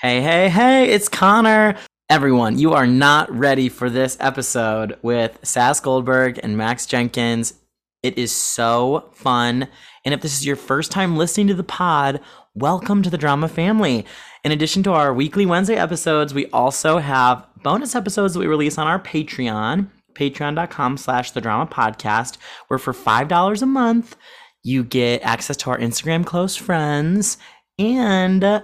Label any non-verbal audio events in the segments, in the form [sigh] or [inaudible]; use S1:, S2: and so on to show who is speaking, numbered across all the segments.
S1: Hey, hey, hey, it's Connor. Everyone, you are not ready for this episode with Sass Goldberg and Max Jenkins. It is so fun. And if this is your first time listening to the pod, welcome to the drama family. In addition to our weekly Wednesday episodes, we also have bonus episodes that we release on our Patreon, patreon.com slash the drama podcast, where for $5 a month, you get access to our Instagram close friends and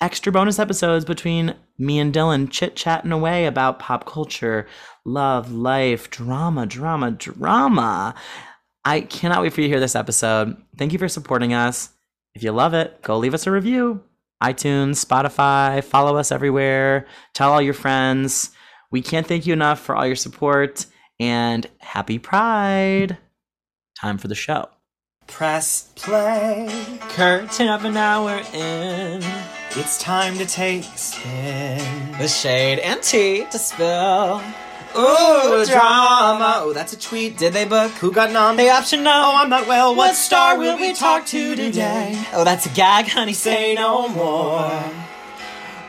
S1: extra bonus episodes between me and Dylan chit chatting away about pop culture, love, life, drama, drama, drama. I cannot wait for you to hear this episode. Thank you for supporting us. If you love it, go leave us a review. iTunes, Spotify, follow us everywhere. Tell all your friends. We can't thank you enough for all your support and happy Pride. Time for the show. Press play. Curtain up an hour in.
S2: It's time to take a spin.
S1: The shade and tea to spill. Ooh, drama.
S2: Oh, that's a tweet. Did they book? Who got nom?
S1: They option no.
S2: Oh, I'm not well.
S1: What star will we talk to today? Oh, that's a gag, honey. Say no more.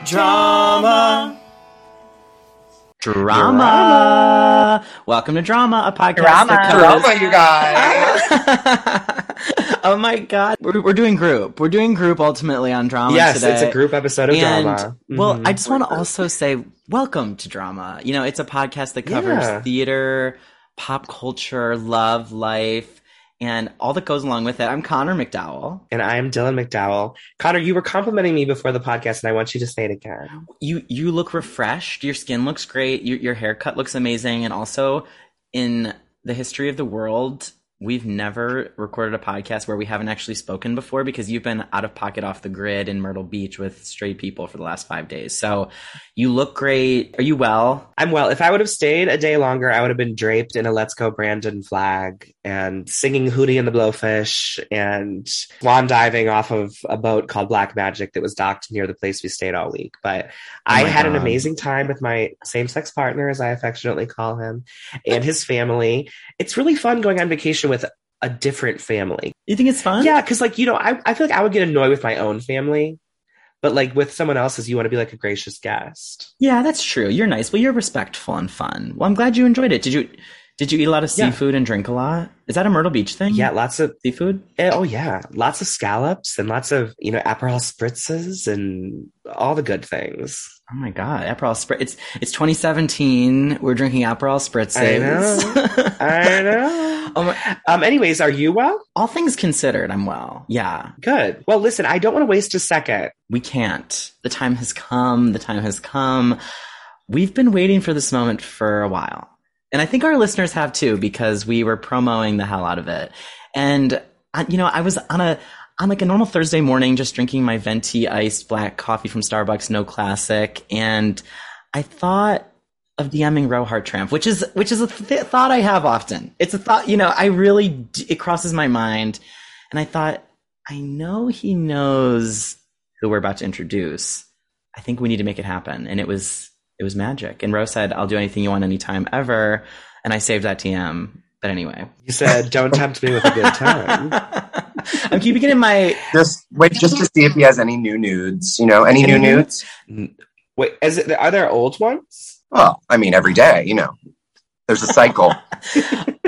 S1: Drama. Drama. Welcome to Drama, a podcast that covers.
S3: Drama, you guys.
S1: [laughs] oh my god. We're, we're doing group. We're doing group ultimately on drama
S3: yes,
S1: today.
S3: it's a group episode of
S1: and
S3: drama.
S1: well
S3: Mhm.
S1: i just want to also say welcome to drama you know it's a podcast that covers
S3: Yeah.
S1: theater pop culture love life and all that goes along with it i'm connor mcdowell
S3: and I am Dylan McDowell. Connor, you were complimenting me before the podcast, and I want you to say it again.
S1: you you look refreshed your skin looks great your, your haircut looks amazing and also in the history of the world we've never recorded a podcast where we haven't actually spoken before because you've been out of pocket off the grid in myrtle beach with straight people for the last five days so you look great are you well
S3: I'm well. If I would have stayed a day longer, I would have been draped in a Let's Go Brandon flag and singing Hootie and the Blowfish and swan diving off of a boat called Black Magic that was docked near the place we stayed all week. But I
S1: Oh my
S3: had an
S1: God.
S3: amazing time with my same sex partner, as I affectionately call him, and his family. It's really fun going on vacation with a different family.
S1: You think it's fun?
S3: Yeah, because like you know, I I feel like I would get annoyed with my own family, but like with someone else's, you want to be like a gracious guest.
S1: Yeah, that's true. You're nice. Well, you're respectful and fun. Well, I'm glad you enjoyed it. Did you did you eat a lot of
S3: Yeah.
S1: seafood and drink a lot? Is that a Myrtle Beach thing?
S3: Yeah, lots of
S1: Seafood?
S3: eh, oh yeah, lots of scallops and lots of you know aperol spritzes and all the good things.
S1: Oh my god, Aperol Spritz. It's it's 2017. We're drinking Aperol Spritzes.
S3: I know. I know.
S1: [laughs] Oh my-
S3: Um. Anyways, are you well?
S1: [laughs] all things considered, I'm well. Yeah,
S3: Good. Well, listen, I don't want to waste a second.
S1: we can't. The time has come. The time has come. We've been waiting for this moment for a while. And I think our listeners have too, because we were promoting the hell out of it. And, I- you know, I was on a, on like a normal Thursday morning, just drinking my venti iced black coffee from Starbucks, no classic. And I thought of DMing Rohart Tramp, which is, which is a th- thought I have often. It's a thought, you know, I really, d- it crosses my mind. And I thought, I know he knows who we're about to introduce. I think we need to make it happen. And it was it was magic. And Rose said, I'll do anything you want anytime ever. And I saved that TM. But anyway.
S3: You said, "Don't tempt me with a good time."
S1: [laughs] I'm keeping it in my
S4: Just wait, just to see if he has any new nudes. You know, any new
S1: Any new-
S4: nudes?
S3: Wait, is it? Are there old ones?
S4: Well, I mean, every day. You know, there's a cycle.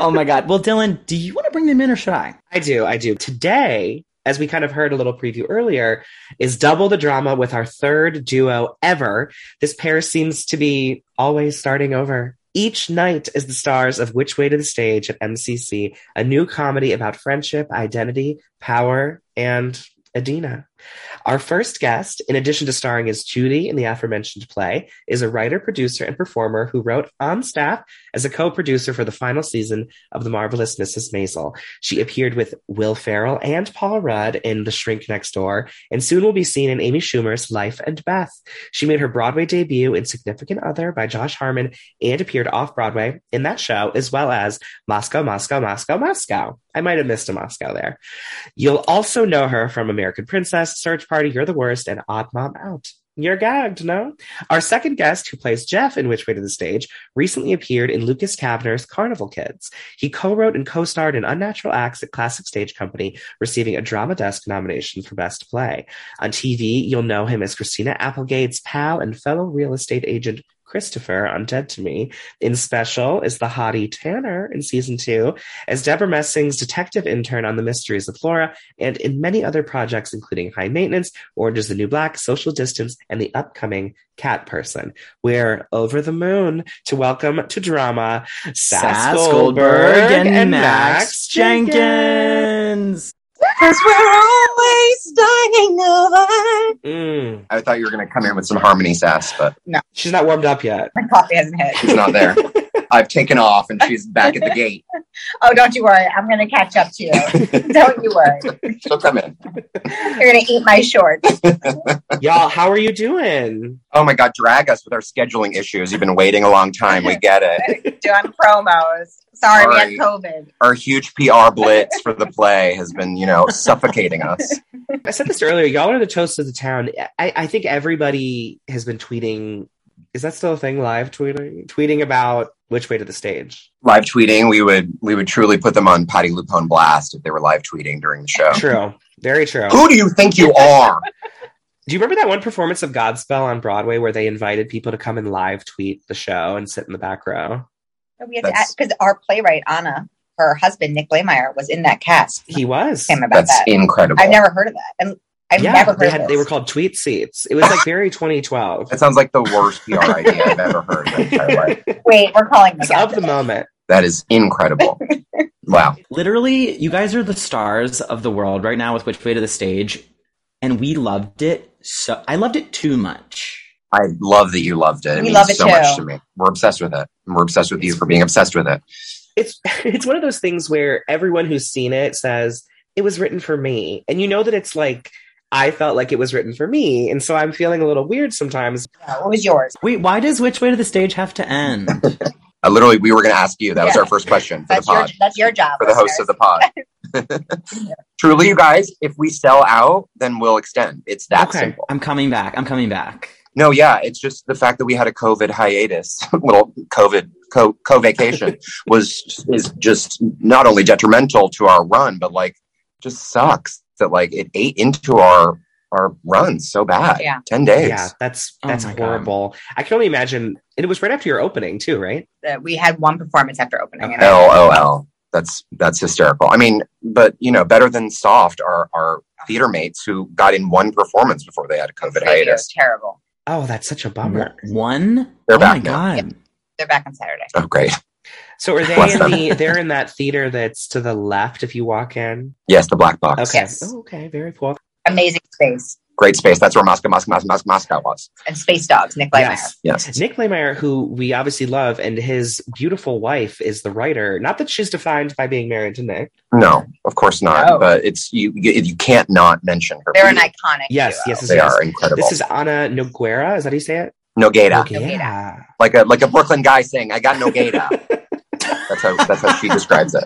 S1: Oh my god. Well Dylan, do you want to bring them in or should I?
S3: I do, I do. Today, as we kind of heard a little preview earlier, is double the drama with our third duo ever. This pair seems to be always starting over. Each night is the stars of Which Way to the Stage at MCC, a new comedy about friendship, identity, power, and Adina. Our first guest, in addition to starring as Judy in the aforementioned play, is a writer, producer, and performer who wrote on staff as a co-producer for the final season of The Marvelous Mrs. Maisel. She appeared with Will Ferrell and Paul Rudd in The Shrink Next Door, and soon will be seen in Amy Schumer's Life and Beth. She made her Broadway debut in Significant Other by Josh Harmon and appeared off Broadway in that show, as well as Moscow, Moscow, Moscow, Moscow. I might have missed a Moscow there. You'll also know her from American Princess, Search Party, You're the Worst, and Odd Mom Out. You're gagged, no? Our second guest, who plays Jeff in Which Way to the Stage, recently appeared in Lucas Kavner's Carnival Kids. He co-wrote and co-starred in Unnatural Acts at Classic Stage Company, receiving a Drama Desk nomination for Best Play. On TV, you'll know him as Christina Applegate's pal and fellow real estate agent Christopher on Dead to Me. In special is the hottie Tanner in season two, as Deborah Messing's detective intern on the mysteries of Flora, and in many other projects, including High Maintenance, Orange is the New Black, Social Distance, and the upcoming Cat Person. We're over the moon to welcome to drama Sass, Goldberg, and, Max Jenkins.
S4: Because we're always dying over.
S3: Mm.
S4: I thought you were going to come in with some harmony sass, but
S3: She's not warmed up yet.
S5: My coffee hasn't hit.
S4: she's not there. I've taken off and she's back at the gate.
S5: Oh, don't you worry. I'm going to catch up
S4: [laughs]
S5: to you. don't you worry.
S4: She'll come in.
S5: You're going to eat my shorts.
S3: Y'all, how are you doing?
S4: Oh my God, drag us with our scheduling issues. You've been waiting a long time. We get it.
S5: Doing promos. Sorry, we
S4: Sorry.
S5: had COVID.
S4: Our huge PR blitz for the play has been, you know, suffocating us.
S3: I said this earlier. Y'all are the toast of the town. I, I think everybody has been tweeting. Is that still a thing? Live tweeting, tweeting about which way to the stage.
S4: Live tweeting, we would we would truly put them on Patty Lupone blast if they were live tweeting during the show.
S3: True, very true.
S4: Who do you think you are?
S3: Do you remember that one performance of Godspell on Broadway where they invited people to come and live tweet the show and sit in the back row?
S5: We had
S4: That's-
S5: to because our playwright Anna, her husband Nick Blameyer, was in that cast.
S3: He was.
S5: Came about
S4: That's
S5: that.
S4: incredible.
S5: [laughs] I've never heard of that, and I've
S3: yeah,
S5: never heard
S3: they
S5: of
S3: had.
S5: this.
S3: They were called tweet seats. It was like very
S5: [laughs]
S3: 2012.
S4: That sounds like the worst PR idea I've ever heard. in my entire life.
S5: Wait, we're calling
S3: [laughs] It's
S5: this
S3: of the moment.
S4: That is incredible. Wow.
S1: Literally, you guys are the stars of the world right now with Which Way to the Stage, and we loved it so. I loved it too much.
S4: I love that you loved it. It
S5: We
S4: means
S5: love it
S4: so much
S5: too.
S4: to me. We're obsessed with it. And We're obsessed with you for being obsessed with it.
S3: It's [laughs] it's one of those things where everyone who's seen it says it was written for me, and you know that it's like I felt like it was written for me, and so I'm feeling a little weird sometimes.
S5: What was yours?
S1: Wait, why does Which Way to the Stage have to
S4: [laughs]
S1: end?
S4: I Uh, literally, we were going to ask you. That was
S5: Yeah.
S4: our first question for the
S5: That's your
S4: pod,
S5: that's your job
S4: for the hosts of the
S5: [laughs]
S4: pod. [laughs] Truly, you guys, if we sell out, then we'll extend. It's that
S3: Okay.
S4: simple.
S1: I'm coming back. I'm coming back.
S4: No, yeah, it's just the fact that we had a COVID hiatus, [laughs] little COVID co co vacation was is just not only detrimental to our run, but like just sucks that like it ate into our our run so bad.
S5: Yeah.
S4: ten days.
S3: Yeah, that's
S1: Oh
S3: that's
S1: my God.
S3: horrible. I can only imagine, and it was right after your opening too, right?
S5: listeners. Uh, we had one performance after opening.
S3: Okay.
S5: and
S4: L O L. That's that's hysterical. I mean, but you know, better than soft are our theater mates who got in one performance before they had a COVID
S5: It was
S4: hiatus.
S5: terrible.
S3: Oh, that's such a bummer.
S1: One.
S4: They're
S1: oh my
S4: back now.
S1: god.
S5: They're back on Saturday.
S4: Oh, great!
S3: So are they
S4: Bless
S3: in
S4: them.
S3: the? They're in that theater that's to the left if you walk in.
S4: Yes, the black box.
S3: Okay.
S5: Yes.
S3: Oh, okay. Very cool.
S5: Amazing space
S4: Great space. That's where Moscow, Moscow, Moscow, Moscow, Moscow was.
S5: and space dogs. Nick Blameyer.
S3: Yes.
S4: Yes.
S3: Nick Blameyer, who we obviously love, and his beautiful wife is the writer. Not that she's defined by being married to Nick.
S4: No, of course not.
S3: Oh.
S5: No.
S4: But it's you. You you can't not mention her.
S5: They're an
S4: beauty.
S5: iconic.
S3: Yes,
S5: duo.
S3: yes, yes,
S4: They
S3: yes.
S4: are incredible.
S3: This is Anna Noguera. Is that how you say it?
S4: Nogata,
S3: Noguera.
S4: like a like a Brooklyn guy saying, "I got
S3: [laughs]
S4: Nogata." that's how that's how she describes it.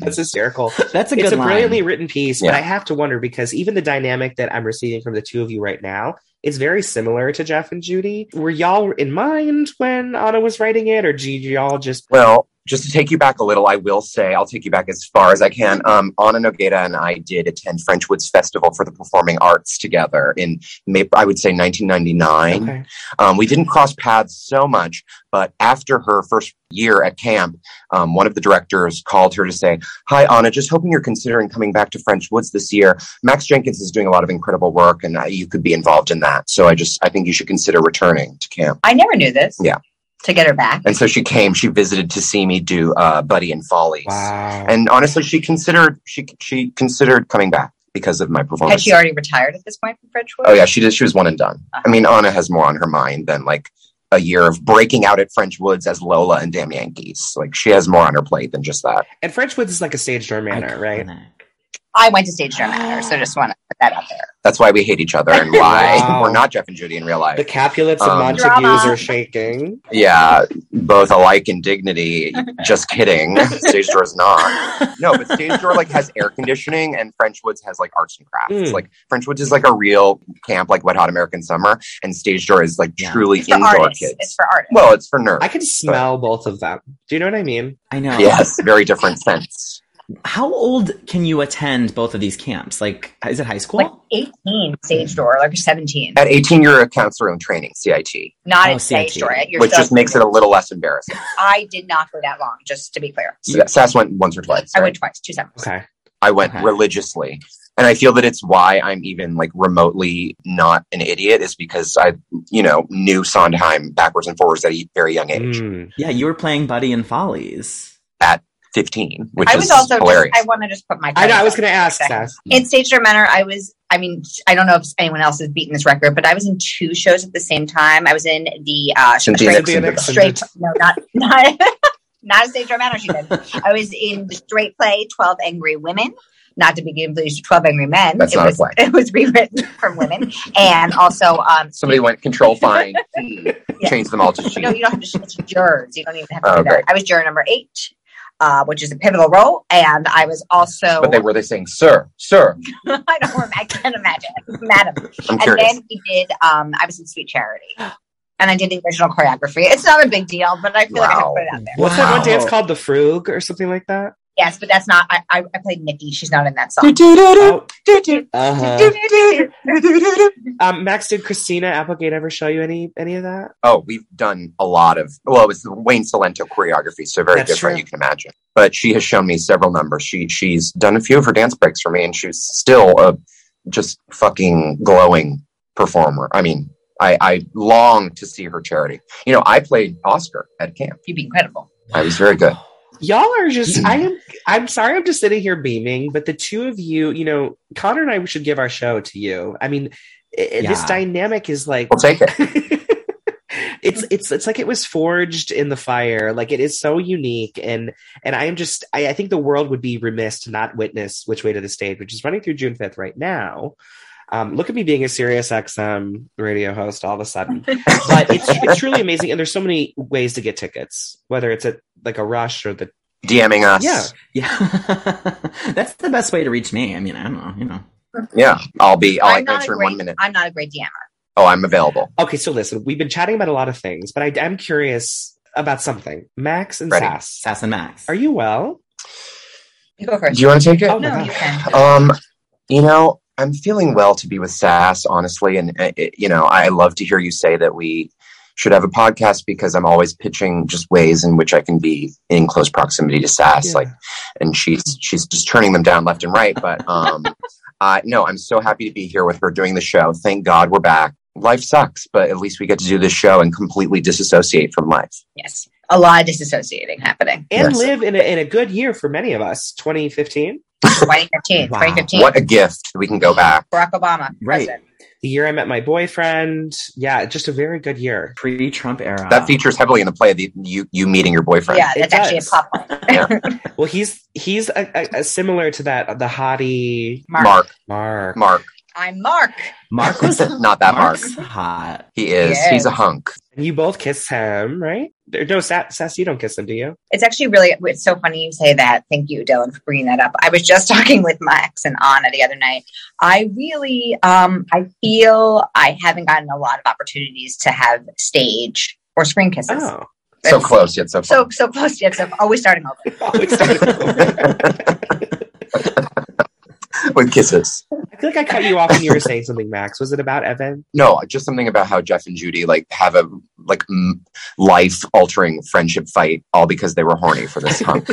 S3: That's hysterical.
S1: That's a good
S3: it's a
S1: line.
S3: brilliantly written piece, but
S4: Yeah.
S3: I have to wonder because even the dynamic that I'm receiving from the two of you right now is very similar to Jeff and Judy. Were y'all in mind when Anna was writing it, or did y'all just
S4: Well, just to take you back a little, I will say I'll take you back as far as I can. Um, Anna Nogata and I did attend Frenchwoods Festival for the Performing Arts together in May, I would say 1999.
S3: Okay.
S4: Um, we didn't cross paths so much, but after her first year at camp, um, one of the directors called her to say, "Hi, Anna. Just hoping you're considering coming back to French Woods this year. Max Jenkins is doing a lot of incredible work, and uh, you could be involved in that. So I just I think you should consider returning to camp."
S5: I never knew this.
S4: Yeah.
S5: To get her back.
S4: And so she came. She visited to see me do uh, Buddy and Follies.
S3: Wow.
S4: And honestly, she considered she she considered coming back because of my
S5: Had
S4: performance.
S5: she already retired at this point from Frenchwood?
S4: oh yeah, she did. She was one and done. I mean, Anna has more on her mind than like a year of breaking out at French Woods as Lola and Damn Yankees. Like she has more on her plate than just that.
S3: and Frenchwoods is like a stage door manor, right?
S1: Iconic.
S5: I went to stage dramatic, so just want to put that out there.
S4: That's why we hate each other and why
S3: [laughs] Wow.
S4: we're not Jeff and Judy in real life.
S3: The Capulets
S4: Um,
S3: and Montagues
S5: Drama.
S3: are shaking.
S4: Yeah, both alike in dignity.
S3: [laughs]
S4: Just kidding. Stage door is not. No, but stage door like has air conditioning, and Frenchwoods has like arts and crafts.
S3: Mm.
S4: Like Frenchwoods is like a real camp, like Wet Hot American Summer, and stage door is like
S1: Yeah.
S4: truly
S5: It's for
S4: indoor
S5: artists.
S4: kids.
S5: It's for artists.
S4: well, it's for nerds.
S3: I can smell both of them. Do you know what I mean?
S1: I know.
S4: Yes, very different scents.
S1: How old can you attend both of these camps? Like, is it high school?
S5: like 18 stage door, like 17.
S4: At 18, you're a counselor in training, CIT,
S5: Not
S1: Oh,
S5: at stage
S1: CIT.
S5: door. At your
S4: which
S5: sub-
S4: just makes it a little less embarrassing.
S5: I did not go that long, just to be clear.
S4: So that- Sass went once or twice.
S5: I
S4: right?
S5: went twice, two summers.
S3: Okay.
S4: I went
S1: Okay.
S4: religiously. And I feel that it's why I'm even like remotely not an idiot is because I, you know, knew Sondheim backwards and forwards at a very young age,
S3: Mm.
S1: yeah, you were playing Buddy and Follies.
S4: 15, which
S5: I
S4: is
S5: was also
S4: hilarious.
S5: just, I want to just put my
S3: I know. I was going to ask
S5: Okay.
S3: that.
S5: in stage door manor i was i mean i don't know if anyone else has beaten this record but i was in two shows at the same time i was in the uh sh-
S4: Cynthia
S5: straight,
S4: Nixon did
S3: Nixon.
S5: straight no not [laughs] not not a stage door manor she did i was in the straight play 12 angry women not to be confused with 12 angry men
S4: That's
S5: it
S4: not a
S5: was
S4: play.
S5: it was rewritten from women and also um
S4: that. Somebody went
S5: [laughs]
S4: control fine, change them all to
S5: no
S4: sheep.
S5: you don't have to sh- it's jurors you don't even have to
S4: Oh,
S5: do that
S4: great.
S5: i was juror number eight uh, which is a pivotal role, and I was also—I
S4: But they were they saying, sir, sir?
S5: don't remember, [laughs] I can't imagine, madam.
S4: I'm
S5: and
S4: curious.
S5: then we did um I was in Sweet Charity. And I did the original choreography. It's not a big deal, but I feel like I have to
S4: Wow.
S5: put it out there.
S3: What's that one
S1: Wow.
S3: dance called? The Frug or something like that?
S5: Yes, but that's not I, I, I played Nikki. She's not in
S3: [laughs]
S5: that song. [laughs]
S3: Oh. Uh-huh. Um, Max, did Christina Applegate ever show you any any of that?
S4: Oh, we've done a lot of well, it was the Wayne Salento choreography, so very
S3: That's
S4: different,
S3: true.
S4: you can imagine. But she has shown me several numbers. She she's done a few of her dance breaks for me, and she's still a just fucking glowing performer. I mean, I, I long to see her charity. You know, I played Oscar at camp.
S5: You'd be incredible.
S4: I was very good.
S3: Y'all are just I am I'm sorry I'm just sitting here beaming, but the two of you, you know, Connor and I should give our show to you. I mean, i i- this
S1: Yeah.
S3: dynamic is like
S4: We'll take it.
S3: [laughs] it's it's it's like it was forged in the fire. Like it is so unique, and and I am just I, I think the world would be remiss to not witness Which Way to the Stage, which is running through June fifth right now. Um, look at me being a serious XM radio host all of a sudden, but it's it's truly amazing. And there's so many ways to get tickets, whether it's at like a rush or the
S4: DMing us.
S3: Yeah.
S1: Yeah, [laughs] that's the best way to reach me. I mean, I don't know, you know.
S4: Yeah. I'll be I'll
S5: I'm not a
S4: answer in
S5: great
S4: one minute.
S5: I'm not a great DMer.
S4: Oh, I'm available.
S3: Okay, so listen, we've been chatting about a lot of things, but I am curious about something. Max and
S4: Ready.
S3: Sass,
S1: Sass and Max.
S3: are you well?
S5: You go
S4: Do
S5: first.
S4: you want to take it?
S3: Oh,
S5: no,
S3: my
S5: you
S3: God.
S5: can.
S4: Um, you know, I'm feeling well to be with Sass, honestly, and uh, it, you know, I love to hear you say that we should have a podcast because I'm always pitching just ways in which I can be in close proximity to Sass,
S3: Yeah.
S4: like, and she's she's just turning them down left and right. But um, uh, no, I'm so happy to be here with her doing the show. Thank God we're back. Life sucks, but at least we get to do this show and completely disassociate from life.
S5: Yes. A lot of
S3: [laughs]
S5: disassociating happening.
S3: and
S4: Yes.
S3: live in a, in a good year for many of us 2015
S5: 2015.
S1: Wow.
S5: 2015.
S4: What a gift! We can go back.
S5: Barack Obama.
S1: Right.
S5: president.
S3: the year i met my boyfriend yeah just a very good year
S1: Pre-Trump era.
S4: That features heavily in the play. The, you you meeting your boyfriend.
S5: Yeah,
S3: It
S5: that's actually a
S3: does.
S5: pop one.
S3: well he's he's a, a, a similar to that the hottie
S5: Mark.
S4: Mark,
S3: mark
S4: Mark,
S5: I'm Mark.
S4: [laughs]
S1: Mark was
S4: not that Mark.
S1: Mark's hot.
S4: He is.
S5: Yes.
S4: He's a hunk.
S3: and you both kiss him right There- no sass, sass you don't kiss him do you
S5: It's actually really it's so funny you say that. Thank you, Dylan, for bringing that up. I was just [laughs] talking with Max and Anna the other night. I really, um, I feel I haven't gotten a lot of opportunities to have stage or screen kisses.
S3: oh [laughs]
S4: So close yet so far.
S5: So so close yet. So always starting over.
S3: Always starting over.
S4: With kisses.
S3: i feel like i cut you off when you were saying something max was it about evan
S4: No, just something about how Jeff and Judy like have a like m- life altering friendship fight all because they were horny for this
S5: [laughs]
S4: hunk.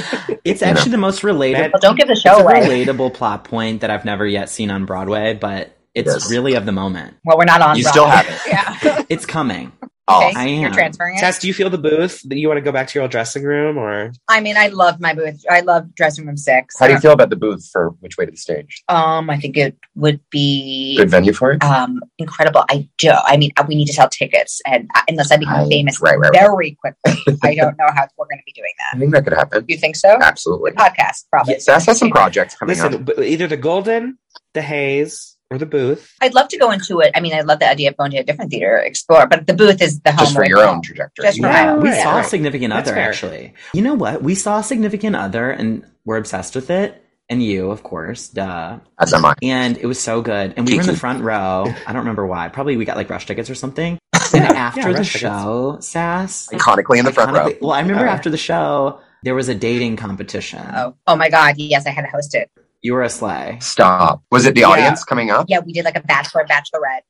S1: It's
S4: You know.
S1: actually the most relatable.
S5: Well, don't give the
S1: It's
S5: show
S1: a
S5: away.
S1: relatable plot point that I've never yet seen on Broadway, but it's
S4: is.
S1: really of the moment.
S3: [laughs]
S5: Well, we're not on.
S4: you
S5: Broadway.
S4: still have it.
S5: Yeah.
S1: It's coming.
S4: Oh,
S5: Okay,
S1: I
S5: you're
S1: am.
S5: transferring it.
S3: Tess, do you feel the booth? Do you want to go back to your old dressing room or?
S5: I mean, I love my booth. I love dressing room six. Uh,
S4: How do you feel about the booth for which way to the stage?
S5: Um, I think it would be
S4: Good venue for it.
S5: um incredible. I do. I mean, we need to sell tickets, and I- unless I become
S4: Right,
S5: famous
S4: right, right, right.
S5: very quickly, I don't know how we're going to be doing
S4: I
S5: that.
S4: think that could happen.
S5: You Uh, think
S4: Uh,
S5: so?
S4: Absolutely.
S5: Podcast, probably.
S4: Sass has some projects coming up.
S3: Listen, b- either the Golden, the Haze, or the Booth.
S5: I'd love to go into it. I mean, I love the idea of going to a different theater, explore, but the booth is the home.
S4: Just for
S5: away
S4: your
S5: from
S4: own
S5: home.
S4: trajectory.
S5: Just for
S3: Yeah,
S5: my own.
S1: We
S3: right.
S1: saw
S4: Right.
S1: Significant
S3: That's
S1: Other,
S3: fair.
S1: actually. You know what? We saw Significant Other and we're obsessed with it. And you, of course, duh.
S4: As am I.
S1: And it was so good. And we were in the
S4: Kiki.
S1: front row. I don't remember why. Probably we got like rush tickets or something. And after the
S3: rush tickets.
S1: show, Sass.
S4: Iconically in the front row.
S1: Well, I remember
S3: Yeah.
S1: after the show, there was a dating competition.
S5: Oh, oh my God! Yes, I had to host it.
S1: You were a sleigh.
S4: Stop. Was it the
S3: Yeah.
S4: audience coming up?
S5: Yeah, we did like a bachelor bachelorette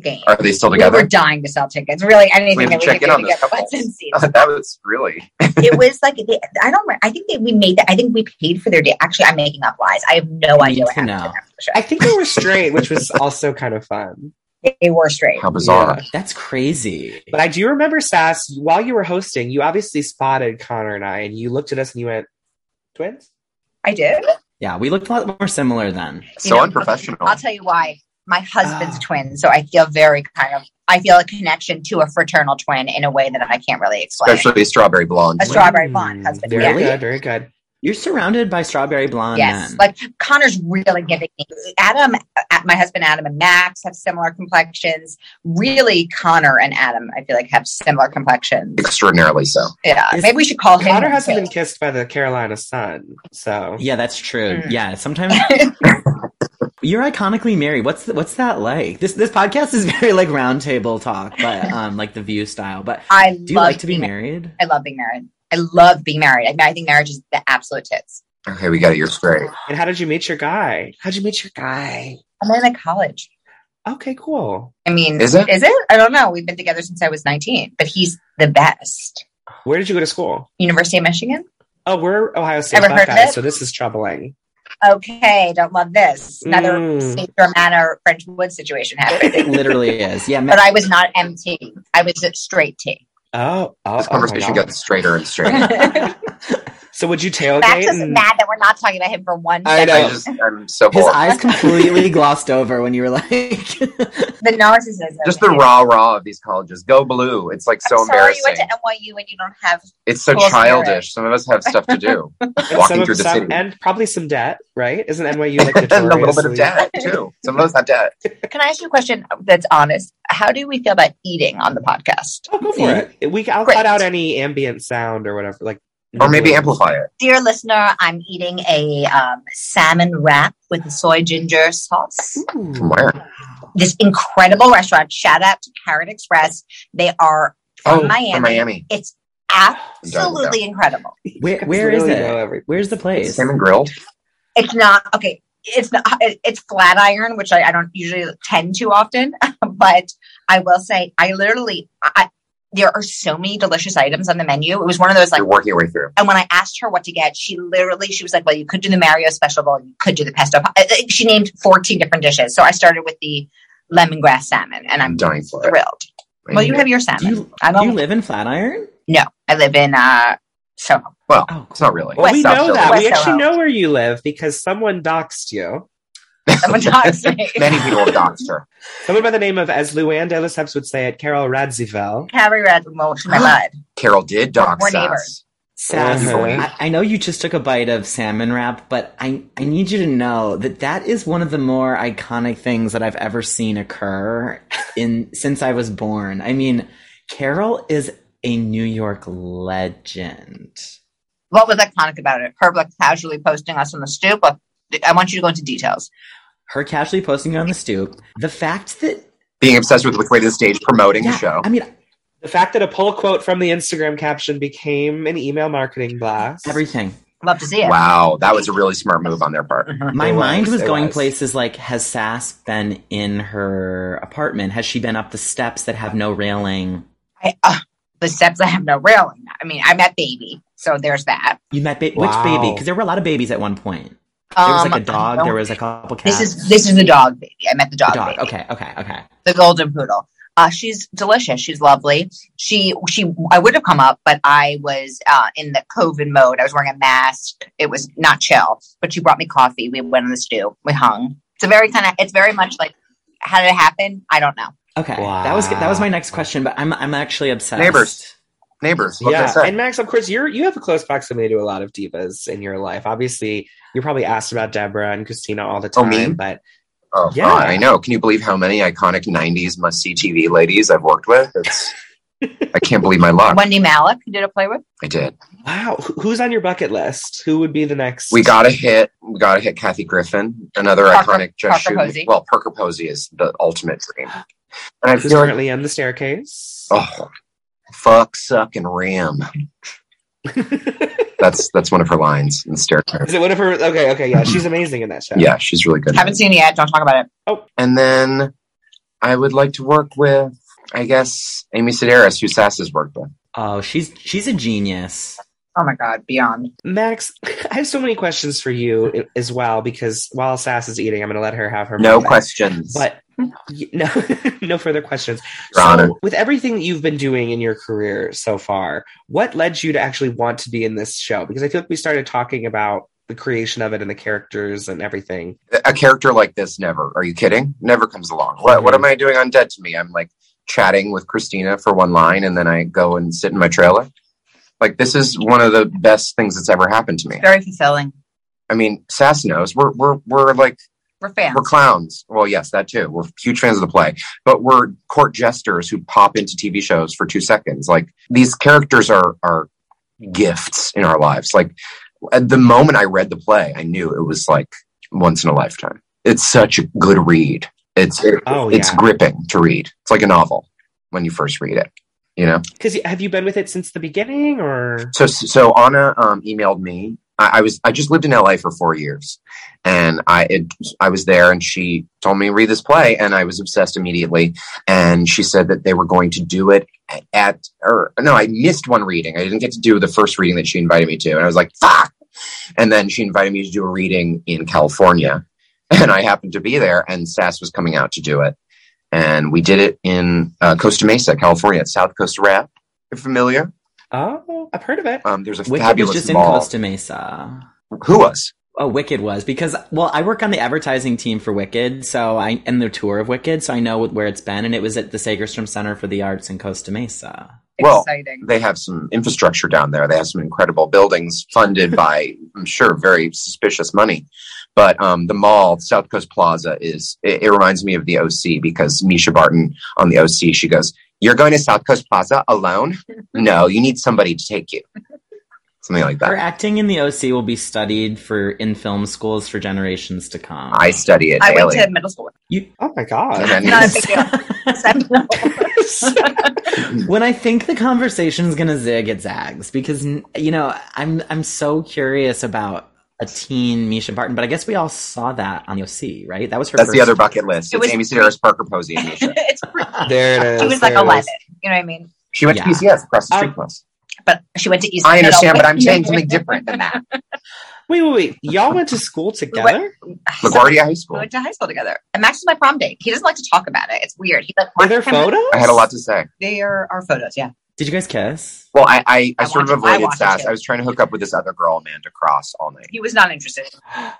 S5: game.
S4: Are they still
S5: We were
S4: together?
S5: dying to sell tickets. Really, anything
S4: We have
S5: that
S4: to
S5: we
S4: check in
S5: could do
S4: on
S5: to
S4: those
S5: get
S4: couples.
S5: butts in seats.
S4: [laughs] that was really.
S5: it was like they, I don't. re- I think that we made that. I think we paid for their day. Actually, I'm making up lies. I have no
S1: I
S5: idea
S1: need
S5: what
S1: to
S5: happened
S1: know.
S5: after the show.
S3: I think they were straight, which was also kind of fun.
S5: They- they were straight.
S4: How bizarre.
S1: That's crazy.
S3: But I do remember, Sass, while you were hosting, you obviously spotted Connor and I, and you looked at us and you went, Twins?
S5: I did.
S1: yeah, we looked a lot more similar then.
S5: You
S4: So
S5: know,
S4: unprofessional.
S5: I'll tell you why. My husband's
S3: Ah.
S5: twin, so I feel very kind of. I feel a connection to a fraternal twin in a way that I can't really explain.
S4: Especially strawberry blonde.
S5: A strawberry blonde husband.
S3: Very
S5: yeah.
S3: good, very good.
S1: You're surrounded by strawberry blonde
S5: Yes,
S1: men.
S5: like Connor's really giving me. Adam, uh, my husband Adam and Max have similar complexions. Really, Connor and Adam, I feel like have similar complexions.
S4: Extraordinarily so.
S5: Yeah,
S1: Is-
S5: maybe we should call him.
S3: Connor hasn't
S5: too.
S3: been kissed by the Carolina Sun, so
S1: Yeah, that's true.
S5: Mm.
S1: Yeah,
S5: [laughs]
S1: sometimes you're iconically married. What's th- what's that like? This this podcast is [laughs] very like roundtable talk,
S5: [laughs]
S1: but um like the view style. But
S5: I
S1: do you
S5: love
S1: like to be
S5: being-
S1: married?
S5: I love being married. I love being married. I, mean, I think marriage is the absolute tits.
S4: Okay, we got it. You're straight.
S3: And how did you meet your guy? How'd you meet your guy?
S5: I met him at college.
S3: Okay, cool.
S5: I mean,
S4: Is it?
S5: Is it? I don't know. We've been together since I was 19, but he's the best.
S3: Where did you go to school?
S5: University of Michigan?
S3: Oh, we're Ohio State
S5: Ever heard of
S3: Buckeyes,
S5: it?
S3: so this is troubling.
S5: Okay, don't love this. Another
S3: Mm.
S5: State Germana French Wood situation happened.
S1: It
S5: [laughs]
S1: literally is. Yeah,
S5: but I was not MT. I was a straight T.
S3: Oh, oh,
S4: This
S3: oh my
S4: conversation
S3: God.
S4: gets straighter and
S5: [laughs]
S4: straighter.
S1: [laughs] ma-
S3: So would you
S5: Max
S3: tailgate?
S5: is
S3: and-
S5: mad that we're not talking about him for one
S3: I
S5: second.
S3: know.
S4: mm. [laughs] I just, I'm so
S1: his
S4: bored.
S1: eyes completely glossed over when you were like. [laughs]
S5: The narcissism.
S4: Just the
S5: is-
S4: raw, raw of these colleges. Go blue. It's like so
S5: I'm sorry you
S4: embarrassing.
S5: went to NYU and you don't have.
S4: it's so
S5: Cool spirit.
S4: childish. Some of us have stuff to
S5: [laughs]
S4: do.
S3: and
S4: Walking
S3: some of-
S4: through the
S3: some-
S4: city.
S3: and probably some debt, right? Isn't NYU like
S4: [laughs] and a little bit of
S3: notoriously-
S4: debt too. Some of us
S3: [laughs]
S4: have debt.
S5: Can I ask you a question that's honest? How do we feel about eating on the podcast?
S3: Oh, go for it. We I'll
S5: Great.
S3: cut out any ambient sound or whatever, like
S4: Or maybe
S3: noise.
S4: amplify it.
S5: Dear listener, I'm eating a um, salmon wrap with soy ginger sauce.
S3: Hmm.
S4: From where?
S5: This incredible restaurant. Shout out to Carrot Express. They are from Miami.
S4: Oh, From Miami.
S5: It's absolutely incredible.
S1: Where
S3: Guys
S1: where is
S3: really
S1: it?
S3: know every-
S1: Where's the place?
S4: Salmon grilled.
S5: It's not okay. It's not. it- It's Flatiron, which I, I don't usually tend to often, [laughs] but I will say I literally. I, I- there are so many delicious items on the menu. It was one of those like
S4: You're working your way through.
S5: And when I asked her what to get, she literally she was like, "Well, you could do the Mario special bowl, you could do the pesto." pie." I- I- She named fourteen different dishes. So I started with the lemongrass salmon, and
S4: I'm
S5: I'm
S4: dying for it.
S5: thrilled. Well, you have your salmon.
S1: Do you,
S5: I
S1: do you
S5: don't.
S1: live in Flatiron?
S5: I live in uh, Soho. [laughs]
S4: Well,
S1: Oh,
S4: it's not really.
S3: Well, we
S5: West
S3: know
S4: South
S3: that.
S5: Hills.
S3: we
S5: West
S3: actually
S5: Hills.
S3: know where you live because someone doxed you.
S1: [laughs]
S5: Someone talks to me.
S4: Many people have doxed her.
S3: Someone by the name of, as Luann de Lesseps would say it, Carol Radzivel.
S5: Carrie Red, well, she's my bud.
S4: Carol did dox
S5: We're
S4: us.
S5: neighbors.
S1: Sass,
S3: Uh-huh.
S1: I, I know you just took a bite of salmon wrap, but I, I need you to know that that is one of the more iconic things that I've ever seen occur in since I was born. I mean, Carol is a New York legend.
S5: What was iconic about it? Her like casually posting us on the stoop. But I want you to go into details.
S1: Her casually posting on the stoop, the fact that
S4: Being obsessed with which way to the stage, promoting the
S1: yeah,
S4: show.
S1: I mean,
S3: The fact that a pull quote from the Instagram caption became an email marketing blast.
S1: everything.
S5: Love to see it.
S4: Wow, that was a really smart move on their part.
S1: My
S3: It was,
S1: mind was
S3: it
S1: going
S3: was.
S1: places like has Sass been in her apartment? Has she been up the steps that have no railing?
S5: [laughs] I, uh, the steps I have no railing. I mean, I met baby, so there's that.
S1: You met ba-
S3: Wow.
S1: which baby? Because there were a lot of babies at one point.
S5: Um,
S1: There was like a
S5: I
S1: dog.
S5: don't
S1: There was a couple cats.
S5: This is this is the dog baby. I met the
S1: the
S5: dog,
S1: dog.
S5: baby,
S1: Okay, okay, okay.
S5: the golden poodle. Uh, she's delicious. She's lovely. She she I would have come up, but I was uh, in the COVID mode. I was wearing a mask. It was not chill. But she brought me coffee. We went on the stew. We hung. It's a very kind of. It's very much like how did it happen? I don't know.
S1: Okay, that was that was my
S3: Wow.
S1: next question, but I'm I'm actually obsessed.
S4: Neighbors. Neighbors. What can I
S3: yeah,
S4: say?
S3: and Max, of course, you're you have a close proximity to a lot of divas in your life. Obviously, you're probably asked about Deborah and Christina all the
S4: Oh,
S3: time.
S4: me?
S3: But
S4: Oh,
S3: Yeah.
S4: God, I know. Can you believe how many iconic 90s must see TV ladies I've worked with? It's, I can't believe my luck.
S5: Wendy Malik you did a play with.
S4: I did.
S3: wow, who- who's on your bucket list? Who would be the next?
S4: We got to hit. We got to hit Kathy Griffin, another
S5: Parker-
S4: iconic Jeff
S5: Parker
S4: Shoup-
S5: Posey.
S4: Well, Parker Posey is the ultimate dream. And I
S3: who's
S4: feel like,
S3: currently on the staircase. [laughs]
S4: oh, fuck, suck, and ram. That's that's one of her lines in the staircase.
S3: Is it one of her? Okay, okay, yeah, she's amazing in that show.
S4: Mm-hmm. Yeah, she's really good.
S5: Haven't seen it yet. Don't talk about it.
S4: And then I would like to work with, I guess, Amy Sedaris, who Sass has worked with.
S1: Oh, she's she's a genius.
S5: Oh my god, beyond.
S3: Max, [laughs] I have so many questions for you i- as well because while Sass is eating, I'm going to let her have her.
S4: No
S3: moment.
S4: questions.
S3: But y- [laughs] no, no further questions.
S4: Your Honor.
S3: with everything that you've been doing in your career so far, what led you to actually want to be in this show? Because I feel like we started talking about the creation of it and the characters and everything.
S4: a character like this never. Are you kidding? Never comes along. What what am I doing on Dead to Me? I'm like chatting with Christina for one line and then I go and sit in my trailer. Like this is one of the best things that's ever happened to me.
S5: Very fulfilling.
S4: I mean, Sass knows we're we're we're like
S5: We're fans.
S4: we're clowns. Well, yes, that too. We're huge fans of the play, but we're court jesters who pop into TV shows for two seconds. Like these characters are are gifts in our lives. Like at the moment I read the play, I knew it was like once in a lifetime. It's such a good read. It's it-
S3: Oh,
S4: it's
S3: yeah.
S4: gripping to read. It's like a novel when you first read it. You know.
S3: Because have you been with it since the beginning or?
S4: So so Anna um, emailed me. I, I was I just lived in LA for four years, and I it, I was there, and she told me to read this play, and I was obsessed immediately. And she said that they were going to do it at or no, I missed one reading. I didn't get to do the first reading that she invited me to, and I was like fuck. And then she invited me to do a reading in California, and I happened to be there, and Sass was coming out to do it, and we did it in uh, Costa Mesa, California, at South Coast Rap. You're familiar?
S3: Oh, I've heard of it.
S4: Um, there's a
S1: Wicked was
S4: fabulous
S1: just
S4: mall.
S1: in Costa Mesa.
S4: Who was?
S1: Oh, Wicked was because well, I work on the advertising team for Wicked, so I and the tour of Wicked, so I know where it's been, and it was at the Sagerstrom Center for the Arts in Costa Mesa.
S4: Well,
S5: Exciting.
S4: They have some infrastructure down there. They have some incredible buildings
S1: [laughs]
S4: funded by, I'm sure, very suspicious money. But um, the mall, South Coast Plaza, is it, it reminds me of the OC because Misha Barton on the OC, she goes, "You're going to South Coast Plaza alone? No, you need somebody to take you." Something like
S1: Her
S4: that.
S1: acting in the OC will be studied for in film schools for generations to come.
S4: I
S1: [laughs]
S4: study it
S5: I went
S4: daily.
S5: to middle school.
S3: Oh my god.
S4: And
S5: Not a
S1: [laughs]
S5: big deal. Seminole.
S3: [laughs]
S1: when I think the conversation's gonna zig, it zags because n- you know I'm I'm so curious about a teen Misha Barton, but I guess we all saw that on the OC, right? That was her.
S4: [laughs] that's
S1: first
S4: the other bucket list.
S5: It
S4: It's
S5: was-
S4: Amy Sedaris, Parker Posey, and Misha.
S5: [laughs] it's pretty-
S3: There
S5: [laughs]
S3: it is.
S5: she was like
S3: there it
S5: 11.
S3: is.
S5: You know what I mean?
S4: She went
S1: Yeah.
S4: to PCS across the street
S3: Um,
S4: from us.
S5: But she went to East.
S4: I understand,
S5: Middle-
S4: but I'm saying
S5: [laughs]
S4: something different than that.
S3: Wait, wait, wait. Y'all went to school together?
S4: LaGuardia High
S5: We
S4: School.
S5: went to high school together, and Max was my prom date. He doesn't like to talk about it. It's weird. He like
S3: Were there
S5: watched him-
S3: photos?
S4: I had a lot to say.
S5: There are photos. Yeah.
S1: [laughs] Did you guys kiss?
S4: Well, I I, I,
S5: I
S4: sort of
S5: wanted- I
S4: avoided
S5: wanted
S4: Sass.
S5: to.
S4: I was trying to hook up with this other girl, Amanda Cross, all night.
S5: He was not interested.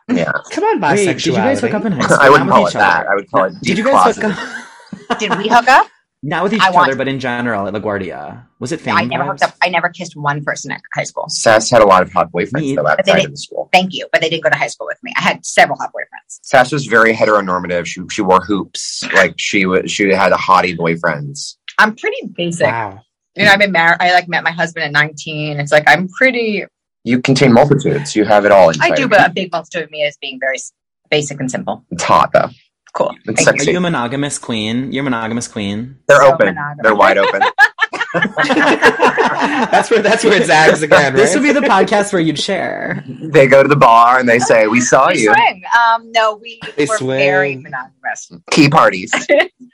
S4: Yeah,
S3: Come on, bisexuality.
S1: Wait, did you guys hook up in high school?
S4: [laughs] I wouldn't
S1: Not
S4: call
S1: with
S4: it
S1: each other.
S4: that. I would call it.
S1: Did you guys hook up? [laughs]
S5: Did we hook up?
S1: Not with each
S5: I
S1: other,
S5: want-
S1: but in general at LaGuardia. Was it fame?
S5: I never
S1: vibes?
S5: hooked up. I never kissed one person at high school.
S4: Sass had a lot of hot boyfriends
S1: Me-
S4: though
S5: they
S4: outside
S5: didn't-
S4: of the school.
S5: Thank you, but they didn't go to high school with me. I had several hot boyfriends.
S4: Sass was very heteronormative. She she wore hoops. Like she was she had a hottie boyfriends.
S5: I'm pretty basic.
S3: Wow.
S5: You know, I've been married. I like met my husband at 19. It's like I'm pretty.
S4: You contain multitudes. You have it all inside.
S5: I do,
S4: of
S5: but a big multitude of me is being very s- basic and simple.
S4: you. it's hot though.
S5: Cool.
S4: It's
S5: Thank
S1: Are
S4: sexy.
S1: you a monogamous queen? You're a monogamous queen.
S4: They're
S5: So
S4: open.
S5: monogamous.
S4: They're wide
S5: [laughs]
S4: open.
S3: [laughs] that's where that's where it zags [laughs] again, right?
S1: This would be the podcast where you'd share.
S4: they go to the bar and they say, "We saw
S5: We
S4: you."
S5: swing. Um, no, we
S3: They
S5: were very
S3: swing.
S5: monogamous.
S4: Key
S5: [laughs]
S4: parties.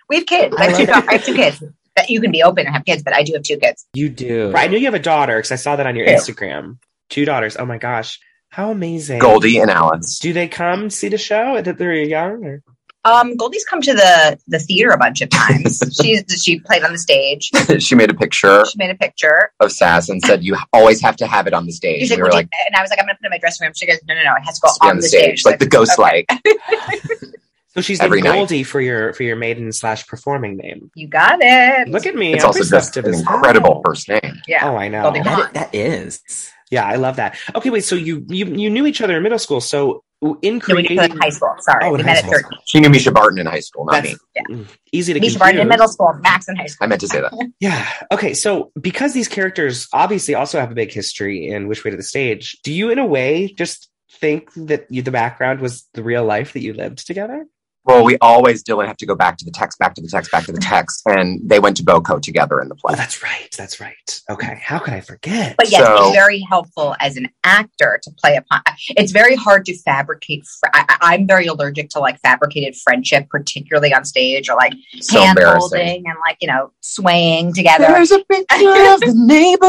S5: We have kids. I have, two, I have two kids. That you can be open and have kids, but I do have two kids.
S1: You do.
S3: Right, I knew you have a daughter because I saw that on your
S4: Yeah.
S3: Instagram. Two daughters. Oh my gosh, how amazing!
S4: Goldie and Alice.
S3: Do they come see the show that they're young? Or?
S5: Um, Goldie's come to the the theater a bunch
S4: [laughs]
S5: of times. She's she played on the stage.
S4: she made a picture
S5: She made a picture.
S4: of Sass and said, "You always have to have it on the stage."
S5: She's
S4: we
S5: like,
S4: were
S5: "Would you-"
S4: like,
S5: and I was like, I'm gonna put it in my dressing room. She goes, No, no, no, it has to go
S4: to be on the stage, like the ghost
S5: okay.
S4: like.
S3: So she's
S4: Every
S3: been
S4: night.
S3: Goldie for your for your maiden slash performing name.
S5: You got it.
S3: Look at me.
S4: It's
S3: I'm
S4: also just
S3: perceptive
S4: an
S3: as
S4: incredible
S3: hell.
S4: first name.
S5: yeah.
S3: Oh, I know.
S5: Goldie Hawn.
S1: That, that is. [laughs]
S3: Yeah, I love that. Okay, wait. So you you you knew each other in middle school. So in
S5: No, we
S3: creating
S5: met in high school. Sorry,
S3: Oh, in
S5: we
S3: high
S5: met
S3: school.
S5: at 13.
S4: She knew Misha Barton in high school, not
S3: That's-
S4: me.
S3: easy to
S5: Misha Barton in
S3: confuse.
S5: middle school, Max in high school.
S4: I meant to say that.
S3: Yeah. Okay. So because these characters obviously also have a big history in Which Way to the Stage, do you in a way just think that you, the background was the real life that you lived together?
S4: Well, we always, Dylan, have to go back to the text, back to the text, back to the text. And they went to BoCo together in the
S3: Oh,
S4: play.
S3: that's right. That's right. Okay. How could I forget?
S5: But yes,
S4: So-
S5: it's very helpful as an actor to play upon. It's very hard to fabricate. Fr- I, I- I'm very allergic to like fabricated friendship, particularly on stage or like
S4: So
S5: hand
S4: embarrassing.
S5: holding and like you know swaying together.
S4: a picture of the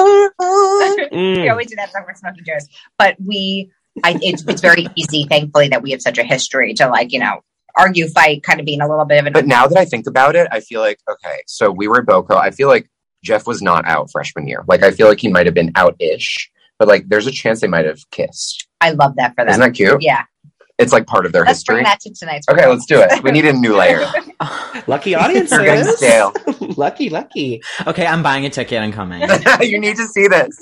S4: neighborhood.
S3: Mm.
S5: we always do that stuff for smoking joes, but we. I, it's, it's very easy, thankfully, that we have such a history to like you know argue, fight, kind of being a little bit of an
S4: But now that I think about it, I feel like, okay, so we were at BoCo. I feel like Jeff was not out freshman year. Like, I feel like he might have been out ish, but like, there's a chance they might have kissed.
S5: I love that for them.
S4: Isn't that cute?
S5: yeah,
S4: It's like part of their
S5: let's
S4: history.
S5: bring that to tonight's.
S4: Okay, let's do it. We need a new layer.
S5: [laughs]
S3: Lucky audience.
S4: We're getting stale.
S3: [laughs]
S4: [laughs]
S3: lucky, lucky. [laughs]
S1: Okay, I'm buying a ticket. I'm coming.
S4: you need to see this.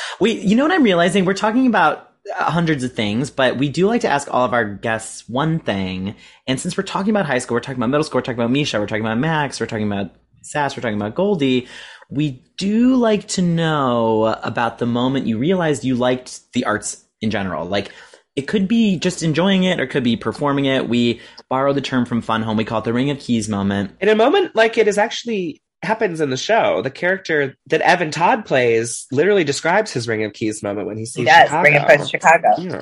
S1: [laughs] we, you know what I'm realizing? We're talking about uh, hundreds of things, but we do like to ask all of our guests one thing. And since we're talking about high school, we're talking about middle school, we're talking about Misha, we're talking about Max, we're talking about Sass, we're talking about Goldie. We do like to know about the moment you realized you liked the arts in general. Like, it could be just enjoying it or it could be performing it. We borrow the term from Fun Home. We call it the Ring of Keys moment.
S3: In a moment like it is actually happens in the show, the character that Evan Todd plays literally describes his Ring of Keys moment when he
S5: He
S3: sees
S5: does
S3: Chicago.
S5: bring it post Chicago.
S3: Yeah.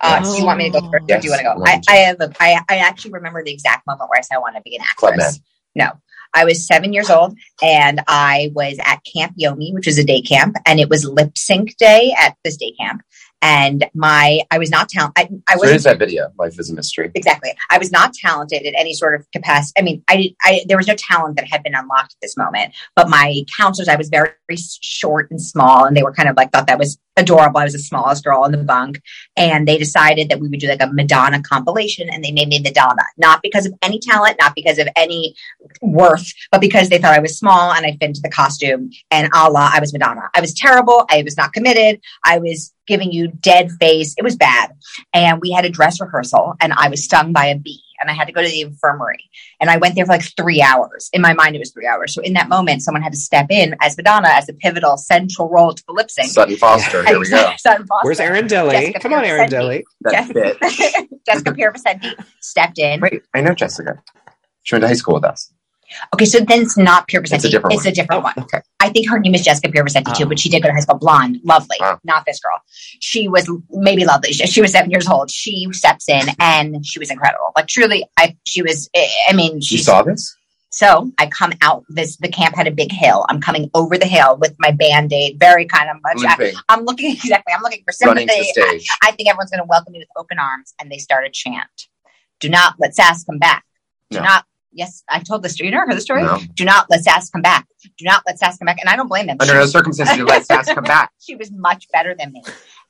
S5: Uh,
S1: Yes.
S5: Do you want me to go first? Or
S4: Yes.
S5: do you want to go?
S4: Why
S5: I,
S4: don't
S5: I have. A, I, I actually remember the exact moment where I said I want to be an
S4: Club
S5: actress. No, I was seven years old, and I was at Camp Yomi, which is a day camp, and it was lip sync day at this day camp. And my, I was not talented. I, I
S4: So here's
S5: wasn't
S4: that video, Life is a Mystery.
S5: exactly. I was not talented in any sort of capacity. I mean, I, I there was no talent that had been unlocked at this moment. But my counselors, I was very, very short and small, and they were kind of like thought that was adorable. I was the smallest girl in the bunk, and they decided that we would do like a Madonna compilation, and they made me Madonna, not because of any talent, not because of any worth, but because they thought I was small and I fit into the costume. And Allah, I was Madonna. I was terrible. I was not committed. I was giving you dead face. It was bad and we had a dress rehearsal and i was stung by a bee and i had to go to the infirmary and i went there for like three hours in my mind it was three hours so in that moment someone had to step in as madonna as the pivotal central role to the lip sync
S4: Sutton
S5: [laughs]
S4: Foster,
S5: And
S4: here we go.
S5: Sutton Foster-
S3: Where's Aaron Dilly?
S5: Jessica
S3: Come on,
S5: Pierce
S3: Aaron
S5: sent me.
S3: Dilly.
S4: That bit.
S5: [laughs] jessica pierre stepped in
S4: Wait, I know Jessica. She went to high school with us.
S5: okay so then it's not pierre Vicente.
S4: different
S5: it's
S4: one. Oh.
S5: a different one
S4: Okay.
S5: I think her name is Jessica Pierre Vicente too,
S1: Oh.
S5: but she did go to high school. Blonde, lovely,
S4: Wow.
S5: not this girl. She was maybe lovely. She, she was seven years old. She steps in and she was incredible. Like truly, I she was. I I mean,
S4: You
S5: she
S4: saw this?
S5: So I come out. This the camp had a big hill. I'm coming over the hill with my band aid, very kind of much. I,
S4: Limping,
S5: I'm looking [laughs] exactly. I'm looking for
S4: running to the
S5: sympathy. I,
S4: stage.
S5: I think everyone's going to welcome me with open arms, and they start a chant. Do not let Sass come back. Do
S4: No.
S5: not. Yes, I told the story. You never heard the story.
S4: No.
S5: Do not let Sass come back. Do not let Sass come back. And I don't blame them.
S4: Under
S5: She-
S4: no circumstances, you let Sass come back.
S5: she was much better than me.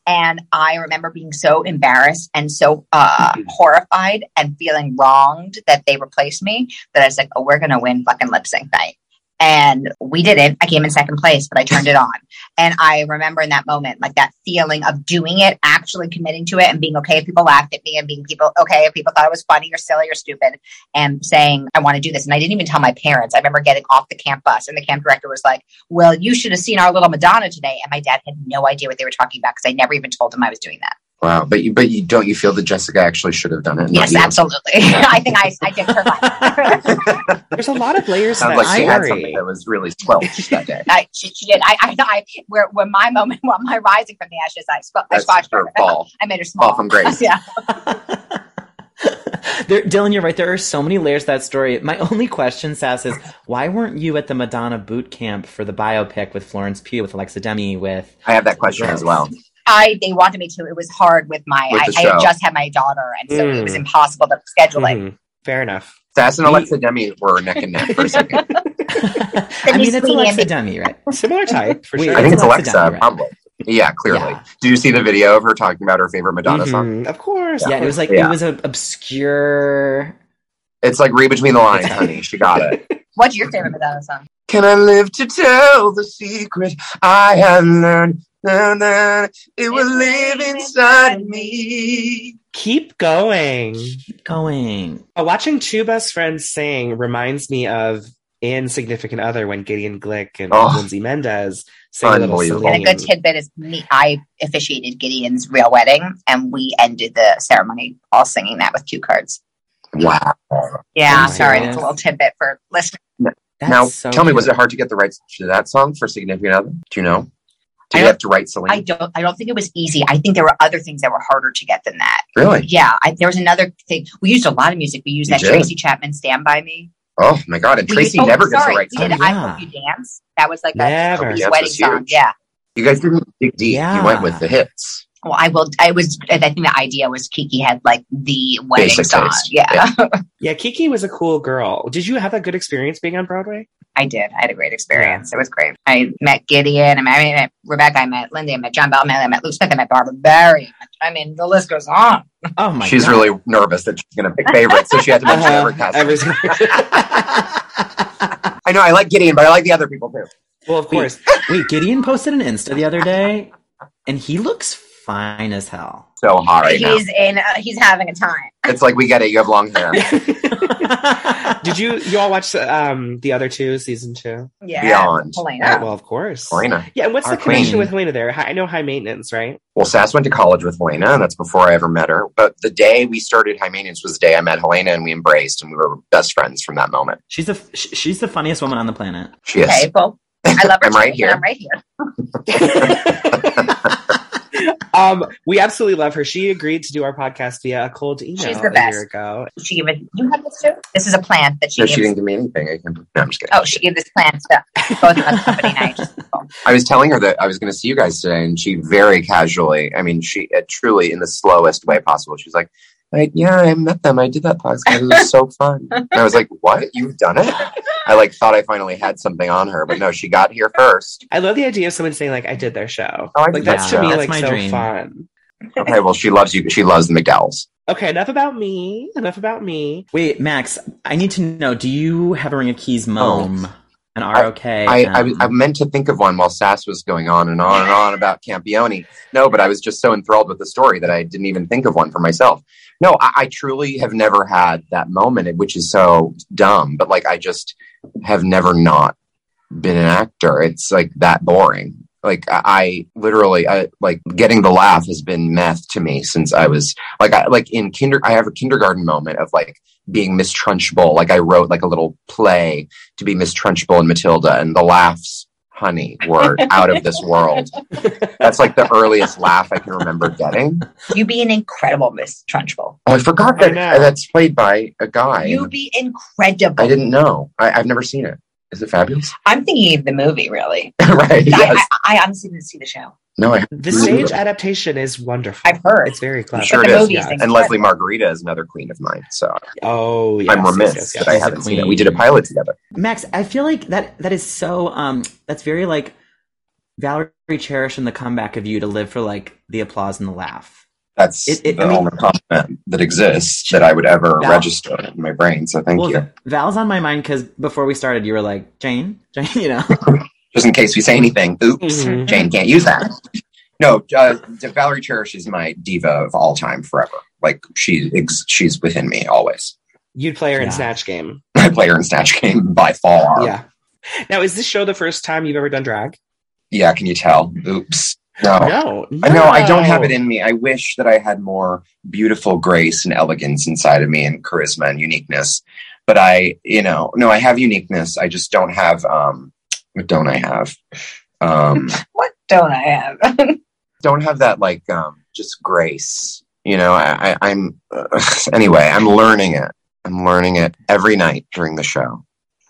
S5: And I remember being so embarrassed and so uh, horrified and feeling wronged that they replaced me that I was like, oh, we're going to win fucking lip sync night. And we didn't. I came in second place, but I turned it on. And I remember in that moment, like that feeling of doing it, actually committing to it and being okay if people laughed at me and being people okay if people thought it was funny or silly or stupid and saying, I want to do this. And I didn't even tell my parents. I remember getting off the camp bus and the camp director was like, well, you should have seen our little Madonna today. And my dad had no idea what they were talking about because I never even told him I was doing that.
S4: [laughs] Wow. But you, but you don't you feel that Jessica actually should have done it?
S5: yes,
S4: not you?
S5: absolutely. [laughs] I think I, I did her fine.
S3: There's a lot of layers to
S4: Sounds
S3: that
S4: like she had something
S3: story.
S4: that was really squelched that
S5: [laughs]
S4: day.
S5: I, she, she did. I, I, I where, where my moment, well, my rising from the ashes, I, squ- I
S4: That's
S5: squashed her.
S4: her fall.
S5: [laughs] I made her small.
S4: Fall from
S5: [laughs]
S4: grace.
S5: yeah.
S1: there, Dylan, you're right. There are so many layers to that story. My only question, Sass, is why weren't you at the Madonna boot camp for the biopic with [laughs] Florence Pugh, with Alexa Demi, with
S4: I have that question as well.
S5: I they wanted me to. It was hard with my.
S4: With
S5: I,
S4: the
S5: I had
S4: show.
S5: just had my daughter, and so it was
S3: Mm.
S5: impossible to schedule it.
S3: Mhm. Fair enough.
S4: Sass and Alexa Demi were neck and neck for a second.
S1: I mean, it's
S5: Sweetie
S1: Alexa
S5: and-
S1: Demi, right?
S3: Similar type for
S1: Wait,
S3: sure.
S4: I think it's
S1: Alexa
S4: Alexa.
S1: Demi, right?
S4: probably. Yeah, clearly.
S1: Yeah.
S4: Did you see the video of her talking about her favorite Madonna song?
S5: Mm-hmm.
S3: Mhm. Of course.
S1: Yeah,
S3: of
S1: it was
S3: course.
S1: like
S4: Yeah.
S1: it was an obscure.
S4: It's like read between the lines, honey. She got it.
S5: What's your favorite Madonna song?
S4: Can I live to tell the secret I have learned? Na, na, it will live inside of me.
S3: keep going.
S1: Keep going.
S3: Uh, Watching two best friends sing reminds me of in Significant Other when Gideon Glick and
S4: Oh.
S3: Lindsay Mendez sing a little
S4: Unbelievable.
S3: Celine.
S5: And a good tidbit is me. I officiated Gideon's real wedding, and we ended the ceremony all singing that with cue cards.
S4: Wow.
S5: Yeah,
S1: Oh
S5: I'm
S1: my
S5: sorry,
S1: goodness.
S5: that's a little tidbit for listeners.
S1: That's
S4: now,
S1: so
S4: tell me, was
S1: cute.
S4: it hard to get the rights to that song for Significant Other? Do you know? Did
S5: I
S4: you
S5: don't-
S4: have to write
S5: I
S4: Celine?
S5: don't. I don't think it was easy. I think there were other things that were harder to get than that.
S4: Really?
S5: Yeah, I, there was another thing. We used a lot of music. We used
S4: You
S5: that
S4: did?
S5: Tracy Chapman "Stand By Me."
S4: Oh my God! And
S5: We
S4: Tracy
S5: used- oh,
S4: never gets
S5: sorry,
S4: the rights.
S5: We did
S1: Oh,
S5: "I
S1: yeah.
S5: Hope You Dance." That was like a
S3: Never.
S4: Dance
S5: wedding
S4: was
S5: song.
S4: huge.
S5: Yeah.
S4: You guys didn't dig deep.
S1: Yeah.
S4: You went with the hits.
S5: Well, I will. I was. I think the idea was Kiki had like the wedding
S4: Basic
S5: song.
S4: taste.
S5: Yeah,
S3: Yeah, Kiki was a cool girl. Did you have a good experience being on Broadway?
S5: [laughs] I did. I had a great experience. It was great. I met Gideon. I met, I mean, I met Rebecca. I met Lindy. I met John Bellman. I met Luke Smith. I met Barbara Barry. I mean, the list goes on.
S1: Oh my
S4: she's
S1: God.
S4: really nervous that she's going to pick favorites, so she had to
S3: Uh-huh.
S4: mention every cast.
S3: Every single-
S4: [laughs] I know I like Gideon, but I like the other people too.
S3: well, of course.
S1: Wait, Gideon posted an Insta the other day, and he looks fine as hell. [laughs]
S4: So hot right now.
S5: he's in. Uh, he's having a time.
S4: It's like we get it. You have long
S5: [laughs]
S4: hair.
S3: Did you you all watch um the other two season two?
S5: Yeah,
S4: Beyond.
S5: Helena.
S3: Yeah. well, of course.
S4: Helena.
S3: Yeah, and what's
S1: Our
S3: the connection
S1: queen.
S3: with Helena there? Hi- I know high maintenance, right?
S4: Well, Sass went to college with Helena, and that's before I ever met her. But the day we started High Maintenance was the day I met Helena, and we embraced, and we were best friends from that moment.
S1: she's the sh- she's the funniest woman on the planet.
S4: She is.
S5: Okay, well,
S4: [laughs]
S5: I love her.
S4: I'm right
S5: too, but
S4: here.
S5: I'm right here.
S3: um, we absolutely love her. She agreed to do our podcast via a cold email
S5: She's the
S3: a
S5: best.
S3: year ago.
S5: She even. You have this too. This is a plant that she.
S4: No, she
S5: gives-
S4: didn't give me anything. I can, no, I'm just kidding.
S5: Oh, she gave this plant to both of us company night.
S4: I was telling her that I was going to see you guys today, and she very casually, I mean, she uh, truly in the slowest way possible, she's like, I, Yeah, I met them. I did that podcast. It was so fun. And I was like, What? You've done it? I like thought I finally had something on her, but no, she got here first.
S3: I love the idea of someone saying like, "I did their show."
S4: Oh, I
S3: like
S4: did
S3: that's
S4: their
S3: to me
S1: show.
S3: like
S1: That's my
S3: so
S1: dream.
S3: fun.
S4: Okay, well, she loves you. She loves the McDowells.
S3: Okay, enough about me. Enough about me.
S1: [laughs] Wait, Max, I need to know. Do you have a ring of keys, mom? An ROK.
S4: Um, I,
S1: um,
S4: I, I meant to think of one while Sass was going on and on and on about Campione. No, but I was just so enthralled with the story that I didn't even think of one for myself. No, I, I truly have never had that moment, which is so dumb, but like I just have never not been an actor. It's like that boring. Like I, I literally, I like getting the laugh has been meth to me since I was like, I like in kinder, I have a kindergarten moment of like being Miss Trunchbull. Like I wrote like a little play to be Miss Trunchbull and Matilda, and the laughs, honey, were out of this
S5: [laughs]
S4: world. That's like the earliest laugh I can remember getting.
S5: [laughs] You be an incredible Miss Trunchbull.
S4: Oh, I forgot
S3: I
S4: that
S3: know.
S4: that's played by a guy.
S5: You be incredible.
S4: I didn't know. I, I've never seen it. Is it fabulous? [laughs]
S5: I'm thinking of the movie, really.
S4: right.
S5: I-
S4: [laughs] Yes.
S5: I, I, honestly didn't see the show.
S4: no, I,
S3: The
S4: Mhm.
S3: stage adaptation is wonderful.
S5: I've heard.
S3: it's very clever.
S4: sure
S5: But
S4: it
S5: the
S4: is,
S5: movie
S3: yeah.
S5: is
S4: and Leslie Margarita is another queen of mine. So
S3: Oh, yes,
S4: I'm
S3: yes,
S4: remiss
S3: yes,
S4: that I
S3: yes.
S1: She's a
S4: haven't seen it.
S1: queen.
S4: We did a pilot together.
S1: Max, I feel like that that is so um that's very like Valerie Cherish and the comeback of you to live for like the applause and the laugh.
S4: That's
S1: It- it-
S4: the
S1: I mean-
S4: only compliment that exists that I would ever
S1: Yeah.
S4: register in my brain. So thank
S1: well,
S4: you.
S1: Val's on my mind because before we started, you were like Jane, Jane, [laughs] you know.
S4: just in case we say anything. Oops,
S3: Mhm.
S4: Jane can't use that. No, uh, D- Valerie Cherish is my diva of all time, forever. Like she, ex- she's within me always. [laughs]
S3: You'd play her in
S1: Yeah.
S3: Snatch Game.
S4: I play her in Snatch Game by far.
S3: Yeah. Now, is this show the first time you've ever done drag?
S4: Yeah, can you tell? Oops. No.
S3: No, no.
S4: Oh. I know I don't have it in me. I wish that I had more beautiful grace and elegance inside of me and charisma and uniqueness. But I, you know, no, I have uniqueness. I just don't have um what don't I have? Um
S5: What don't I
S4: [laughs]
S5: have?
S4: don't have that like um just grace you know i, I [laughs] i'm anyway i'm learning it i'm learning it every night during the show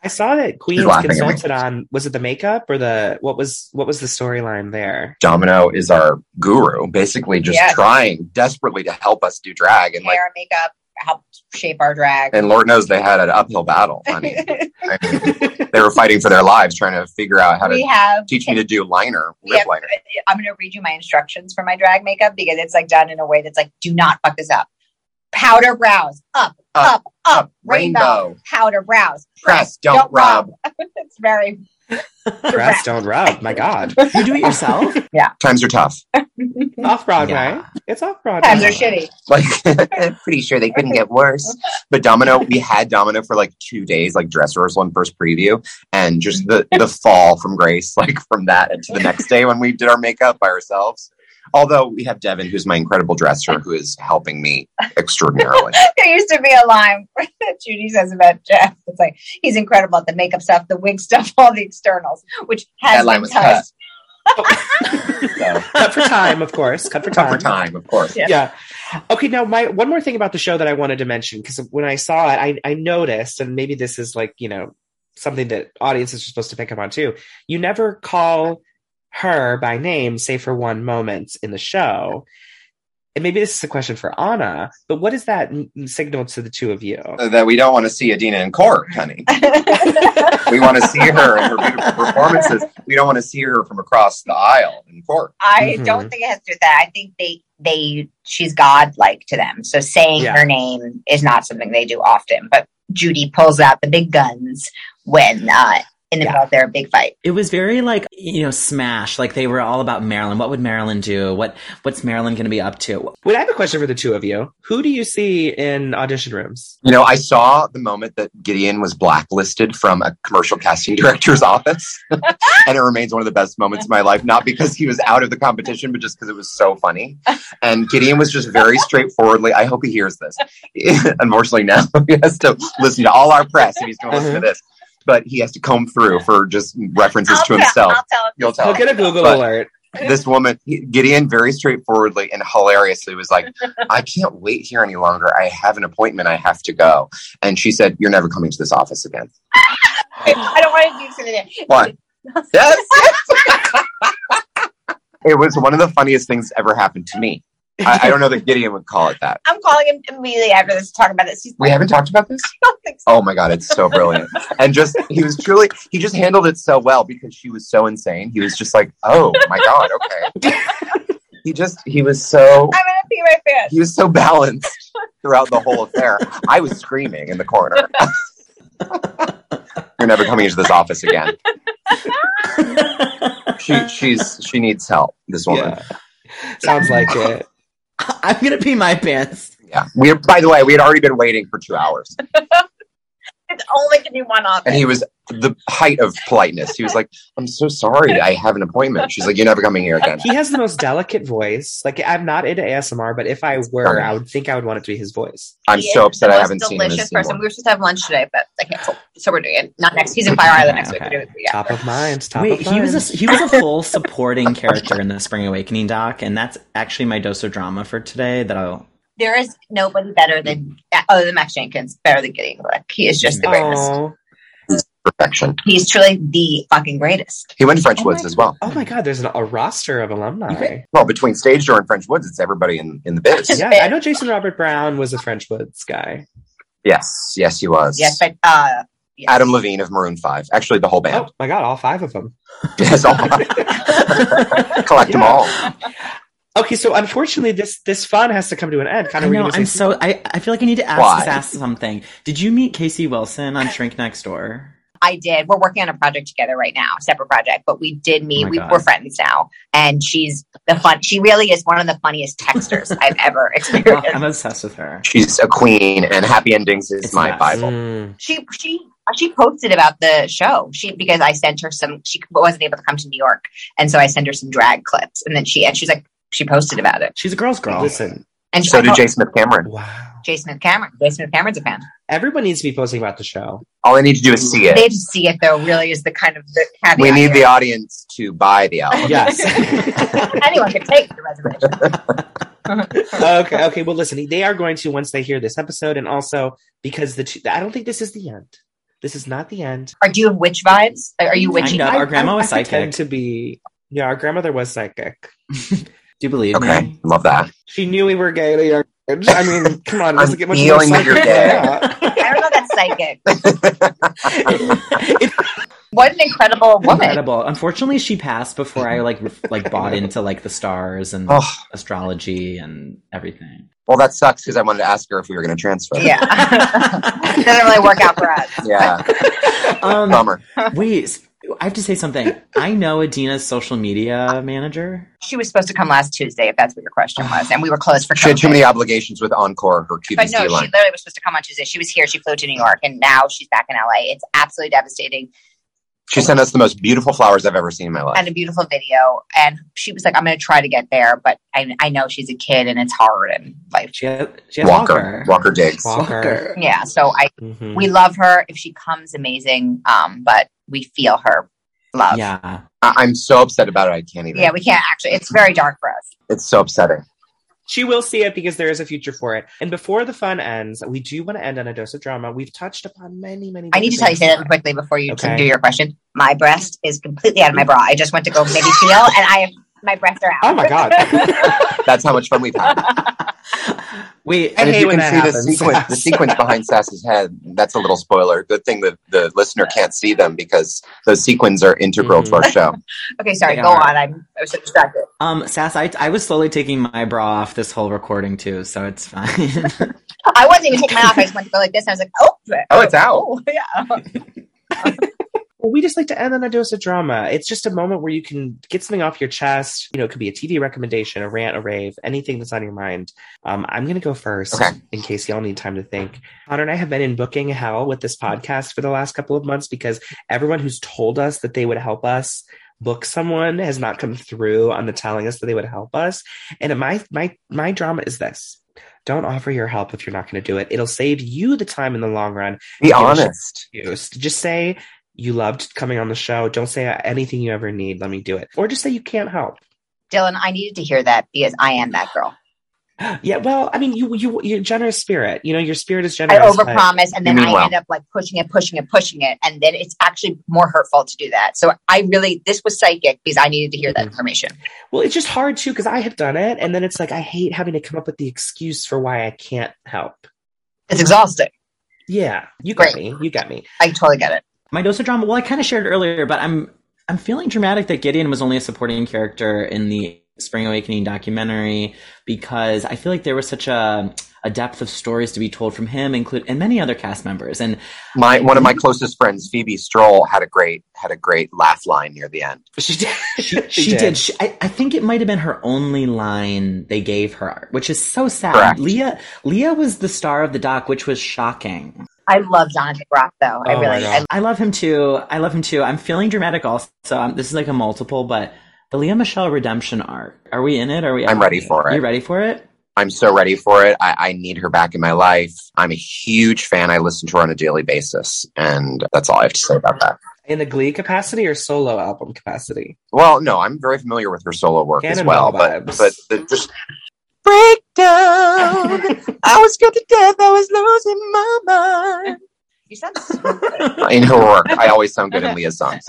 S3: I saw that Queens
S4: laughing at me.
S3: consulted on was it the makeup or the what was what was the storyline
S4: [laughs]
S3: there?
S4: Domino is our guru, basically just
S5: Yeah.
S4: trying desperately to help us do drag. And like,
S5: hair, makeup helped shape our drag.
S4: and Lord knows they had an uphill battle. I [laughs] mean, I mean, they were fighting for their lives trying to figure out how
S5: we
S4: to
S5: have
S4: teach me to do liner,
S5: we
S4: lip
S5: have-
S4: liner.
S5: I'm going to read you my instructions for my drag makeup because it's like done in a way that's like, do not fuck this up. Powder brows, up, up, up,
S4: up,
S5: rainbow.
S4: rainbow.
S5: powder brows,
S4: Press, don't, rub.
S5: it's
S4: [laughs]
S5: very
S3: Press don't rub. My God,
S1: You do it
S4: [laughs]
S1: yourself?
S4: Times are tough.
S3: off Broadway.
S1: Yeah.
S3: It's off Broadway.
S5: times are shitty.
S4: Like, [laughs] I'm pretty sure they couldn't get worse. But Domino, we had Domino for like two days, like dress rehearsal and first preview, and just the the fall from grace, [laughs] like from that to the next day when we did our makeup by ourselves. Although we have Devin, who's my incredible dresser, who is helping me extraordinarily.
S5: [laughs] There used to be a line [laughs] that Judy says about Jeff. It's like he's incredible at the makeup stuff, the wig stuff, [laughs] all the externals, which has
S4: That line
S5: been
S4: was
S5: touched.
S4: So,
S3: Cut for time, of course. Cut for time.
S4: tough for time, of course.
S5: Yeah.
S3: yeah. Okay. Now, my one more thing about the show that I wanted to mention because when I saw it, I, I noticed, and maybe this is like you know something that audiences are supposed to pick up on too. You never call her by name, save for one moment in the show. And maybe this is a question for Anna, but what does that m- signal to the two of you?
S4: Uh, That we don't want to see Adina in court, honey. We want to see her in her beautiful performances. We don't want to see her from across the aisle in court.
S5: [laughs] I
S3: Mhm.
S5: don't think it has to do with that. I think they they she's godlike to them. So saying
S3: Yeah.
S5: her name is not something they do often. But Judy pulls out the big guns when uh, in the middle of their big fight.
S1: It was very like you know, smash. Like they were all about Marilyn. What would Marilyn do? What what's Marilyn going to be up to? [laughs]
S3: Wait, I have a question for the two of you. Who do you see in audition rooms?
S4: You know, I saw the moment that Gideon was blacklisted from a commercial casting [laughs] director's
S5: [laughs]
S4: office, and it remains one of the best moments of my life. Not because he was out of the competition, but just because it was so funny. And Gideon was just very straightforwardly. I hope he hears this. [laughs] Unfortunately, now [laughs] he has to listen to all our press if he's going to listen to this. But he has to comb through for just references to
S5: tell-
S4: himself.
S5: I'll tell
S4: You'll tell.
S3: I'll get a Google
S4: Oh, But-
S3: alert.
S4: this woman Gideon very straightforwardly and hilariously was like, "I can't wait here any longer. I have an appointment. I have to go." And she said, "You're never coming to this office again."
S5: I don't want to do something. there.
S4: What?
S5: [laughs]
S4: yes. [laughs] it was one of the funniest things that ever happened to me. I, I don't know that Gideon would call it that.
S5: I'm calling him immediately after this to talk about this. He's
S4: We
S5: like, [laughs]
S4: haven't talked about this.
S5: I don't think so.
S4: Oh my god, it's so brilliant. And just he was truly he just handled it so well because she was so insane. He was just like, "Oh my god, okay." he just he was so
S5: I'm gonna pee my
S4: [laughs]
S5: pants.
S4: he was so balanced throughout the whole affair. I was screaming in the corner. [laughs] You're never coming into this office again. She she's she needs help. This woman.
S3: Yeah. Sounds like it.
S1: I'm going to pee my pants.
S4: Yeah. We by the way, we had already been waiting for two hours,
S5: It's only gonna be one
S4: and
S5: office.
S4: he was the height of politeness. He was like, "I'm so sorry, I have an appointment." She's like, "You're never coming here again."
S3: he has the most delicate voce. Like I'm not into ASMR, but if I were, I would think I would want it to be his voice.
S4: I'm
S5: He is
S4: so upset
S5: the
S4: I
S5: most
S4: haven't seen him.
S5: delicious
S4: This
S5: person. We were supposed to have lunch today, but I canceled. So we're doing it not next. He's in
S4: [laughs]
S5: Fire Island next week. We're doing it. Yeah.
S3: Top of mind. Top
S1: Wait,
S3: of mind.
S1: he was a he was
S3: [laughs]
S1: a full supporting character in the Spring Awakening doc, and that's actually my dose of drama for today. That
S3: [laughs]
S1: I'll
S5: there is nobody better than other than Max Jenkins, better than Gideon Glick. He is just the greatest.
S3: oh,
S4: perfection.
S5: He's truly the fucking greatest.
S4: He went to French
S3: Oh my
S4: Woods as well.
S3: oh my God! There's an, a roster of alumni.
S4: Well, between stage door and French Woods, it's everybody in, in the
S5: [laughs]
S4: biz.
S3: Yeah, I know Jason Robert Brown was a French Woods guy.
S4: Yes, yes, he was.
S5: Yes, but uh, yes.
S4: Adam Levine of Maroon Five. Actually, the whole band.
S3: Oh my God! All five of them.
S5: Oh.
S4: [laughs] Yes,
S5: [laughs]
S4: all- collect them
S3: Yeah.
S4: all.
S3: Okay, so unfortunately, this this fun has to come to an end. Kind
S1: I
S3: of.
S1: know I'm so I I feel like I need to ask
S4: Why?
S1: ask something. Did you meet Casey Wilson on Shrink Next Door?
S3: [laughs]
S5: I did. We're working on a project together right now, a separate project, but we did
S1: Oh
S5: meet.
S1: my
S5: we,
S1: God.
S5: we're friends now, and she's the fun. She really is one of the funniest texters
S4: [laughs]
S5: I've ever
S1: Oh,
S5: experienced.
S1: I'm obsessed with her.
S4: She's a queen, and happy endings is
S1: It's
S4: my
S1: nice.
S4: bible.
S3: Mm.
S5: she she she posted about the show. She because I sent her some. She wasn't able to come to New York, and so I sent her some drag clips, and then she and she's like she posted about it.
S1: She's a girl's girl. [laughs]
S3: Listen.
S5: And she,
S4: So did
S5: Mm-hmm. I-
S4: Jay Smith Cameron.
S3: Wow.
S5: Jay Smith Cameron. Jay Smith Cameron's a fan.
S3: Everyone needs to be posting about the
S1: [laughs]
S3: show.
S4: All I need to do is see
S5: They
S4: it.
S5: just see it though. Really, is the kind of the caveat.
S4: We need the
S5: here.
S4: audience to buy the album.
S3: Yes.
S5: anyone can take the reservation.
S3: okay. Okay. Well, listen. They are going to once they hear this episode, and also because the two, I don't think this is the end. This is not the end.
S5: Are do you have witch vibes? Are are you witchy?
S2: Kind of.
S3: I-
S2: Our grandma
S3: I-
S2: was
S3: I pretend
S2: psychic.
S3: to be. Yeah, our grandmother was psychic.
S2: Do you believe
S4: Okay,
S5: Mm-hmm.
S2: me?
S4: love that.
S3: She knew we were gay at a young age. I mean, come on, it doesn't get much more
S4: feeling that
S3: psychic
S4: you're
S3: than
S4: gay.
S3: that.
S5: [laughs] I don't know. That's psychic.
S1: [laughs] It's
S5: What
S4: [laughs]
S5: an incredible woman.
S1: incredible. Unfortunately, she passed before I like like bought into like the stars and
S4: Oh,
S1: astrology and
S3: [laughs]
S1: everything.
S4: well, that sucks because I wanted to ask her if we were going to transfer.
S5: Yeah. [laughs] Doesn't really work out for us. [laughs]
S4: Yeah,
S1: um,
S4: bummer.
S1: wait, s- I have to say something. I know Adina's social media manager.
S5: She was supposed to come last Tuesday, if that's what your question was, and we were closed for
S4: She had
S5: COVID.
S4: too many obligations with Encore, her QVC
S5: But no, she
S4: line.
S5: literally was supposed to come on Tuesday. She was here. She flew to New York, and now she's back in LA. It's absolutely devastating.
S4: She sent us the most beautiful flowers I've ever seen in my life.
S5: And a beautiful video. And she was like, "I'm going to try to get there, but I, I know she's a kid, and it's hard, and like,
S3: She has, she has
S4: Walker,
S3: Walker.
S4: Walker Diggs.
S3: Walker.
S4: Mm-hmm.
S5: yeah." So I,
S3: Mhm.
S5: we love her. If she comes, amazing. Um, but we feel her love. Yeah,
S1: Yeah.
S4: I- I'm so upset about it. I can't even.
S5: we can't actually. It's very dark for us.
S4: It's so upsetting.
S3: She will see it because there is a future for it. And before the fun ends, we do want to end on a dose of drama. We've touched upon many, many.
S5: I need to tell you
S3: different
S5: something
S3: things.
S5: quickly before you
S3: Okay.
S5: do your question. My breast is completely out of my bra. I just went to go maybe feel, and I have my breasts are out.
S3: Oh my god!
S4: That's how much fun we've had.
S1: [laughs] Wait,
S3: I
S4: And if
S3: hate
S4: you
S3: when that
S4: can see the
S3: happens.
S4: sequence,
S3: [laughs]
S4: the sequence behind Sass's head, that's a little spoiler. Good thing that the listener can't see them because those sequins are integral to
S3: Mm-hmm.
S4: our show.
S5: [laughs] Okay, sorry.
S3: Oh
S1: They
S5: Go
S1: are.
S5: on. I'm I was so distracted.
S1: um, Sass, I, I was slowly taking my bra off this whole recording too, so it's fine. [laughs]
S5: I wasn't even taking mine off. I just went to go like this. And I was like, oh,
S4: Oh, it's
S3: [laughs]
S4: out.
S5: oh, yeah.
S3: Well, we just like to end on a dose of drama. It's just a moment where you can get something off your chest. You know, it could be a TV recommendation, a rant, a rave, anything that's on your mind. Um, I'm going to go first
S4: Okay.
S3: in case y'all need time to think. Connor and I have been in booking hell with this podcast for the last couple of months because everyone who's told us that they would help us book someone has not come through on the telling us that they would help us. And my my my drama is this. Don't offer your help if you're not going to do it. It'll save you the time in the long run
S4: Be
S3: Yeah, we should-
S4: honest.
S3: excuse. Just say you loved coming on the show. Don't say anything you ever need. Let me do it. Or just say you can't help.
S5: Dylan, I needed to hear that because I am that girl.
S3: Yeah, well, I mean, you you you're generous spirit. You know, your spirit is
S5: I
S3: generous. but-
S5: overpromise and then
S4: You mean
S5: I
S4: well.
S5: end up like pushing it, pushing it, pushing it. And then it's actually more hurtful to do that. So I really, this was psychic because I needed to hear that
S3: Mhm.
S5: information.
S3: well, it's just hard too because I have done it, and then it's like I hate having to come up with the excuse for why I can't help.
S5: It's exhausting.
S3: Yeah, you got
S5: Great.
S3: me. You got me. [laughs]
S5: I totally get it.
S1: my dose of drama. Well, I kind of shared earlier, but I'm I'm feeling dramatic that Gideon was only a supporting character in the Spring Awakening documentary because I feel like there was such a a depth of stories to be told from him, include and many other cast members. And
S4: My one of my closest friends, Phoebe Stroll, had a great had a great laugh line near the end.
S3: She did. [laughs] She,
S1: she did. She, I, I think it might have been her only line they gave her, which is so sad.
S4: Correct.
S1: Leah Leah was the star of the doc, which was shocking.
S5: I love Jonathan Groff though.
S3: Oh,
S5: I
S3: my
S5: really,
S3: God.
S5: I,
S1: I love him too. I love him too. I'm feeling dramatic also. Um, this is like a multiple, but the Leah Michelle redemption arc. Are we in it? Are we? out
S4: I'm
S1: of
S4: ready for it.
S1: You ready for it?
S4: I'm so ready for it. I, I need her back in my life. I'm a huge fan. I listen to her on a daily basis, and that's all I have to say about that.
S3: In the Glee capacity or solo album capacity?
S4: Well, no, I'm very familiar with her solo work as well,
S3: Cannonball
S4: but
S3: vibes.
S4: but the, just
S2: I was scared to death. I was losing my mind.
S5: you sound stupid.
S4: in her work, I always sound good in Leah's songs.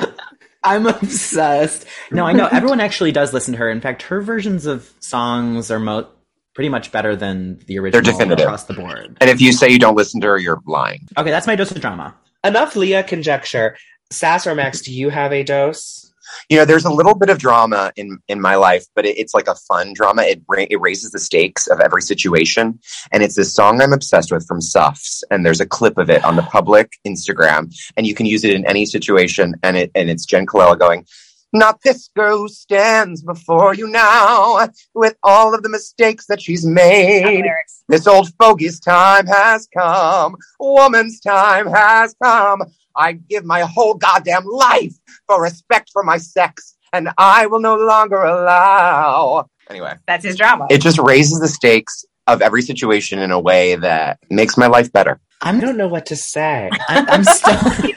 S1: I'm [laughs] obsessed. No, I know everyone actually does listen to her. In fact, her versions of songs are mo- pretty much better than the original
S4: definitive.
S1: across the board.
S4: And if you say you don't listen to her, you're lying.
S1: Okay, that's my dose of drama.
S3: Enough Leah conjecture. Sass or Max, do you have a dose?
S4: You know, there's a little bit of drama in in my life, but it, it's like a fun drama. It ra- it raises the stakes of every situation, and it's this song I'm obsessed with from Suffs, and there's a clip of it on the public Instagram, and you can use it in any situation. And it and it's Jen Colella going. Not this girl who stands before you now with all of the mistakes that she's made.
S5: lyrics.
S4: This old fogey's time has come. Woman's time has come. I give my whole goddamn life for respect for my sex, and I will no longer allow. Anyway,
S5: That's his drama.
S4: it just raises the stakes of every situation in a way that makes my life better.
S3: I
S1: I'm
S3: don't know what to say.
S1: I'm, I'm stunned.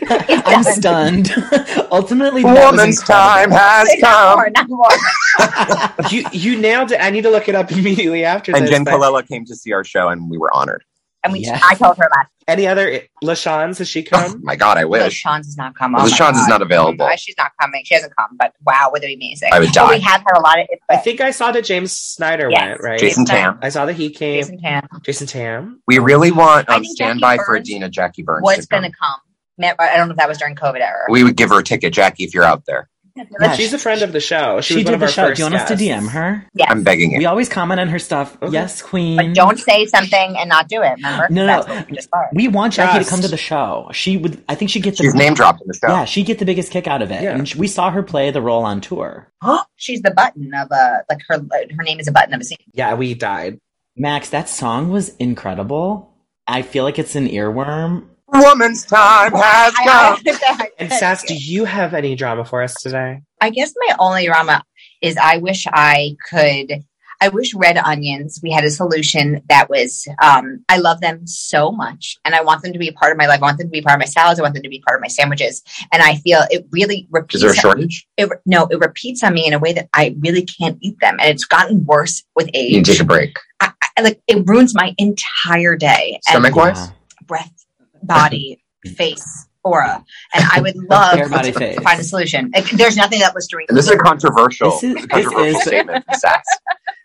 S1: I'm stunned. [laughs] Ultimately, that was
S4: Woman's time
S1: incredible.
S4: has
S5: not more,
S4: come.
S5: not more.
S3: you you nailed it. I need to look it up [laughs] immediately after
S4: And
S3: this.
S4: Jen
S3: but-
S4: Colella came to see our show, and we were honored.
S5: And we,
S1: Yes.
S5: I told her last.
S3: Any other LaShans? Has she
S4: Oh,
S3: come?
S4: my God, I
S5: Well,
S4: wish.
S5: Sean's has not come.
S4: Well,
S5: my
S4: Sean's is
S5: God.
S4: not available.
S5: Why she's not coming. She hasn't come. But wow, would it be amazing?
S4: I would
S5: But
S4: die.
S5: we have had a lot of. It,
S3: I think I saw that James Snyder
S5: Yes.
S3: went, right?
S4: Jason Tam.
S3: I saw that he came. Jason,
S5: Jason Tam
S3: Tam.
S4: We really want
S5: I
S4: um,
S5: think
S4: standby
S5: Jackie
S4: for
S5: Burns
S4: Adina Jackie Burns.
S5: was
S4: come.
S5: going to come. Me- I don't know if that was during COVID era.
S4: We would give her a ticket, Jackie, if you're out there.
S1: Yes.
S3: She's a friend of the show. She,
S1: She
S3: was one
S1: did
S3: of our
S1: the show.
S3: first
S1: Do you want us to
S3: guests.
S1: DM her?
S5: Yes.
S4: I'm begging you.
S1: We always comment on her stuff.
S3: Okay.
S1: Yes, queen.
S5: But don't say something and not do it. Remember?
S1: No, no,
S5: That's
S1: no.
S5: what we just learned.
S1: We want Jackie to come
S3: Trust.
S1: to the show. She would. I think she gets.
S4: She's
S1: the,
S4: name dropped in the show.
S1: Yeah, she get the biggest kick out of it.
S3: Yeah.
S1: And sh- we saw her play the role on tour.
S5: She's the button of a like her her name is a button of a scene.
S3: Yeah, we died.
S1: Max, that song was incredible. I feel like it's an earworm.
S4: Woman's time has
S5: I,
S4: come.
S5: I-
S3: And Sass, do you have any drama for us today?
S5: I guess my only drama is I wish I could. I wish red onions. We had a solution that was. Um, I love them so much, and I want them to be a part of my life. I want them to be part of my salads. I want them to be part of my sandwiches. And I feel it really
S4: Is
S5: repeats.
S4: there a
S5: on-
S4: shortage?
S5: It, re- no, it repeats on me in a way that I really can't eat them, and it's gotten worse with
S4: You need
S5: age.
S4: to take a break.
S5: I, I, like it ruins my entire day. And
S4: Stomach wise?
S5: breath, body, face, aura. And I would love
S1: Bare body
S5: to
S1: face.
S5: find a solution. Like, there's nothing that Listerine.
S4: And this is a controversial,
S1: This is-
S4: this is a controversial
S1: this is-
S4: statement from Sass.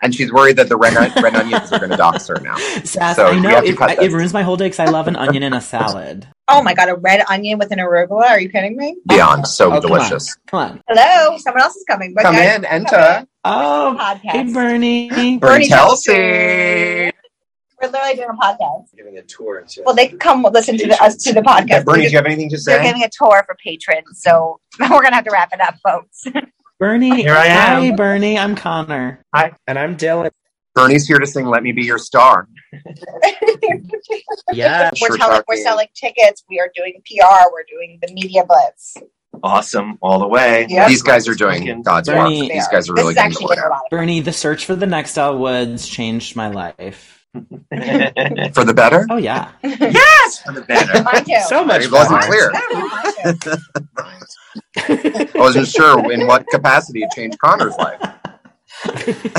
S4: And she's worried that the red, red onions are going to dox her now.
S1: Sass,
S4: So
S1: I
S4: you
S1: know
S4: have to
S1: it,
S4: cut
S1: I-
S4: that.
S1: it ruins my whole day because I love an onion in a salad.
S5: oh my God, a red onion with an arugula? Are you kidding me?
S4: Beyond. So
S1: Oh, come on.
S4: delicious.
S1: Come on.
S5: Hello, someone else is coming. But
S4: Come
S5: guys,
S4: in, enter.
S1: Oh,
S5: podcast.
S1: hey, Bernie.
S4: Bernie
S5: Bernie
S4: Telsey.
S5: We're literally doing a podcast.
S6: giving a tour to
S5: Well, they can come listen to the, us to the
S4: Yeah,
S5: podcast.
S4: Bernie, do you have anything to
S5: they're
S4: say?
S5: giving a tour for patrons, so [laughs] we're gonna have to wrap it up, folks.
S1: Bernie.
S6: Here I am.
S1: Hi, Bernie. I'm Connor.
S3: And I'm
S5: [laughs]
S3: Dylan.
S4: Bernie's here to sing Let Me Be Your Star.
S3: Yeah.
S5: we're
S4: Sure
S5: telling, we're
S4: talking.
S5: selling tickets. We are doing PR. We're doing the media blitz.
S6: awesome all the way.
S5: Yep.
S4: These guys are doing God's work.
S1: Bernie-
S5: They
S4: These guys are
S5: This
S4: really
S5: is
S4: getting the
S5: actually
S4: word
S5: getting a
S4: out.
S5: lot of
S1: Bernie, the search for the next Elle Woods changed my life.
S6: [laughs] Yes,
S4: For the better?
S1: Oh,
S6: [laughs]
S1: yeah.
S4: [laughs]
S6: for the better.
S5: Mine too.
S3: So much
S4: It wasn't
S3: better.
S4: clear.
S5: Mine too.
S4: I wasn't sure in what capacity it changed Connor's life.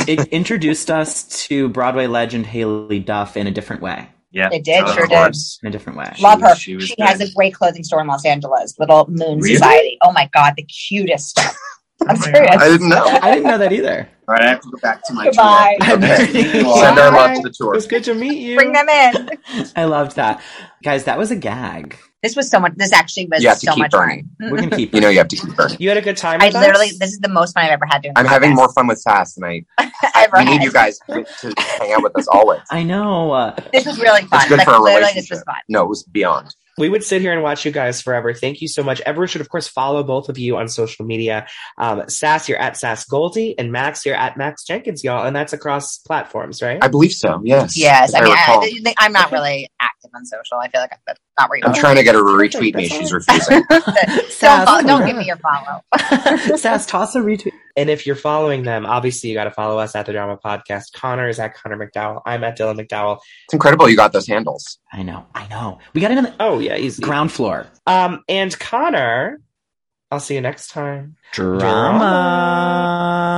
S1: It introduced us to Broadway legend Haley Duff in a different way.
S6: Yeah,
S5: It did,
S4: Oh,
S5: sure
S4: of
S5: did.
S4: course.
S1: In a different way.
S5: [laughs] Love her.
S6: She
S5: She,
S6: was
S5: has
S6: good.
S5: a great clothing store in Los Angeles, Little Moon
S6: Really?
S5: Society. Oh my god, the cutest stuff. I'm
S6: Oh my
S5: serious.
S4: I didn't know.
S1: I didn't know that either.
S6: All right, I have to go back to my
S5: Goodbye.
S1: [laughs]
S6: tour. Okay.
S1: Bye.
S4: Send our love to the
S3: It
S4: tour.
S3: was good to meet you.
S5: Bring them in.
S1: I loved that. Guys, that was a gag.
S5: This was so much. This actually was
S4: You have to
S5: so
S4: keep
S5: much
S4: Bernie.
S5: fun.
S1: We're going to keep
S4: [laughs] You know you have to keep Bernie.
S3: You had a good time
S5: I
S3: with
S5: literally,
S3: us?
S5: this is the most fun I've ever had doing. a
S4: I'm having
S5: podcast
S4: more fun with Sass tonight.
S5: [laughs] ever
S4: We need
S5: had.
S4: you guys to to hang out with us always.
S1: I know. Uh,
S5: This was really fun.
S4: good
S5: like
S4: for a
S5: literally, this was
S4: relationship.
S5: fun.
S4: No, it was beyond.
S3: we would sit here and watch you guys forever. Thank you so much. Everyone should, of course, follow both of you on social media. Um, Sass, you're at Sass Goldie, and Max, you're at Max Jenkins, y'all. And that's across platforms, right?
S4: I believe so. Yes.
S5: Yes,
S4: As
S5: I mean,
S4: recall.
S5: I, I, I'm not really active on social. I feel like that's not where you
S4: I'm
S5: are.
S4: trying to get her to
S3: Perfect,
S4: retweet me.
S3: that's
S4: She's
S5: [laughs]
S3: all.
S4: refusing.
S5: Don't,
S1: Sass,
S5: follow,
S1: oh [laughs]
S5: don't
S1: my
S5: give me your follow.
S1: God. Sass, toss a retweet.
S3: And if you're following them, obviously you got to follow us at the Drama Podcast. Connor is at Connor McDowell. I'm at Dylan McDowell.
S4: It's incredible you got those handles.
S1: I know. I know. We got another
S3: Oh, yeah, easy.
S1: ground floor.
S3: Um, and Connor, I'll see you next time.
S1: Drama.
S3: Drama.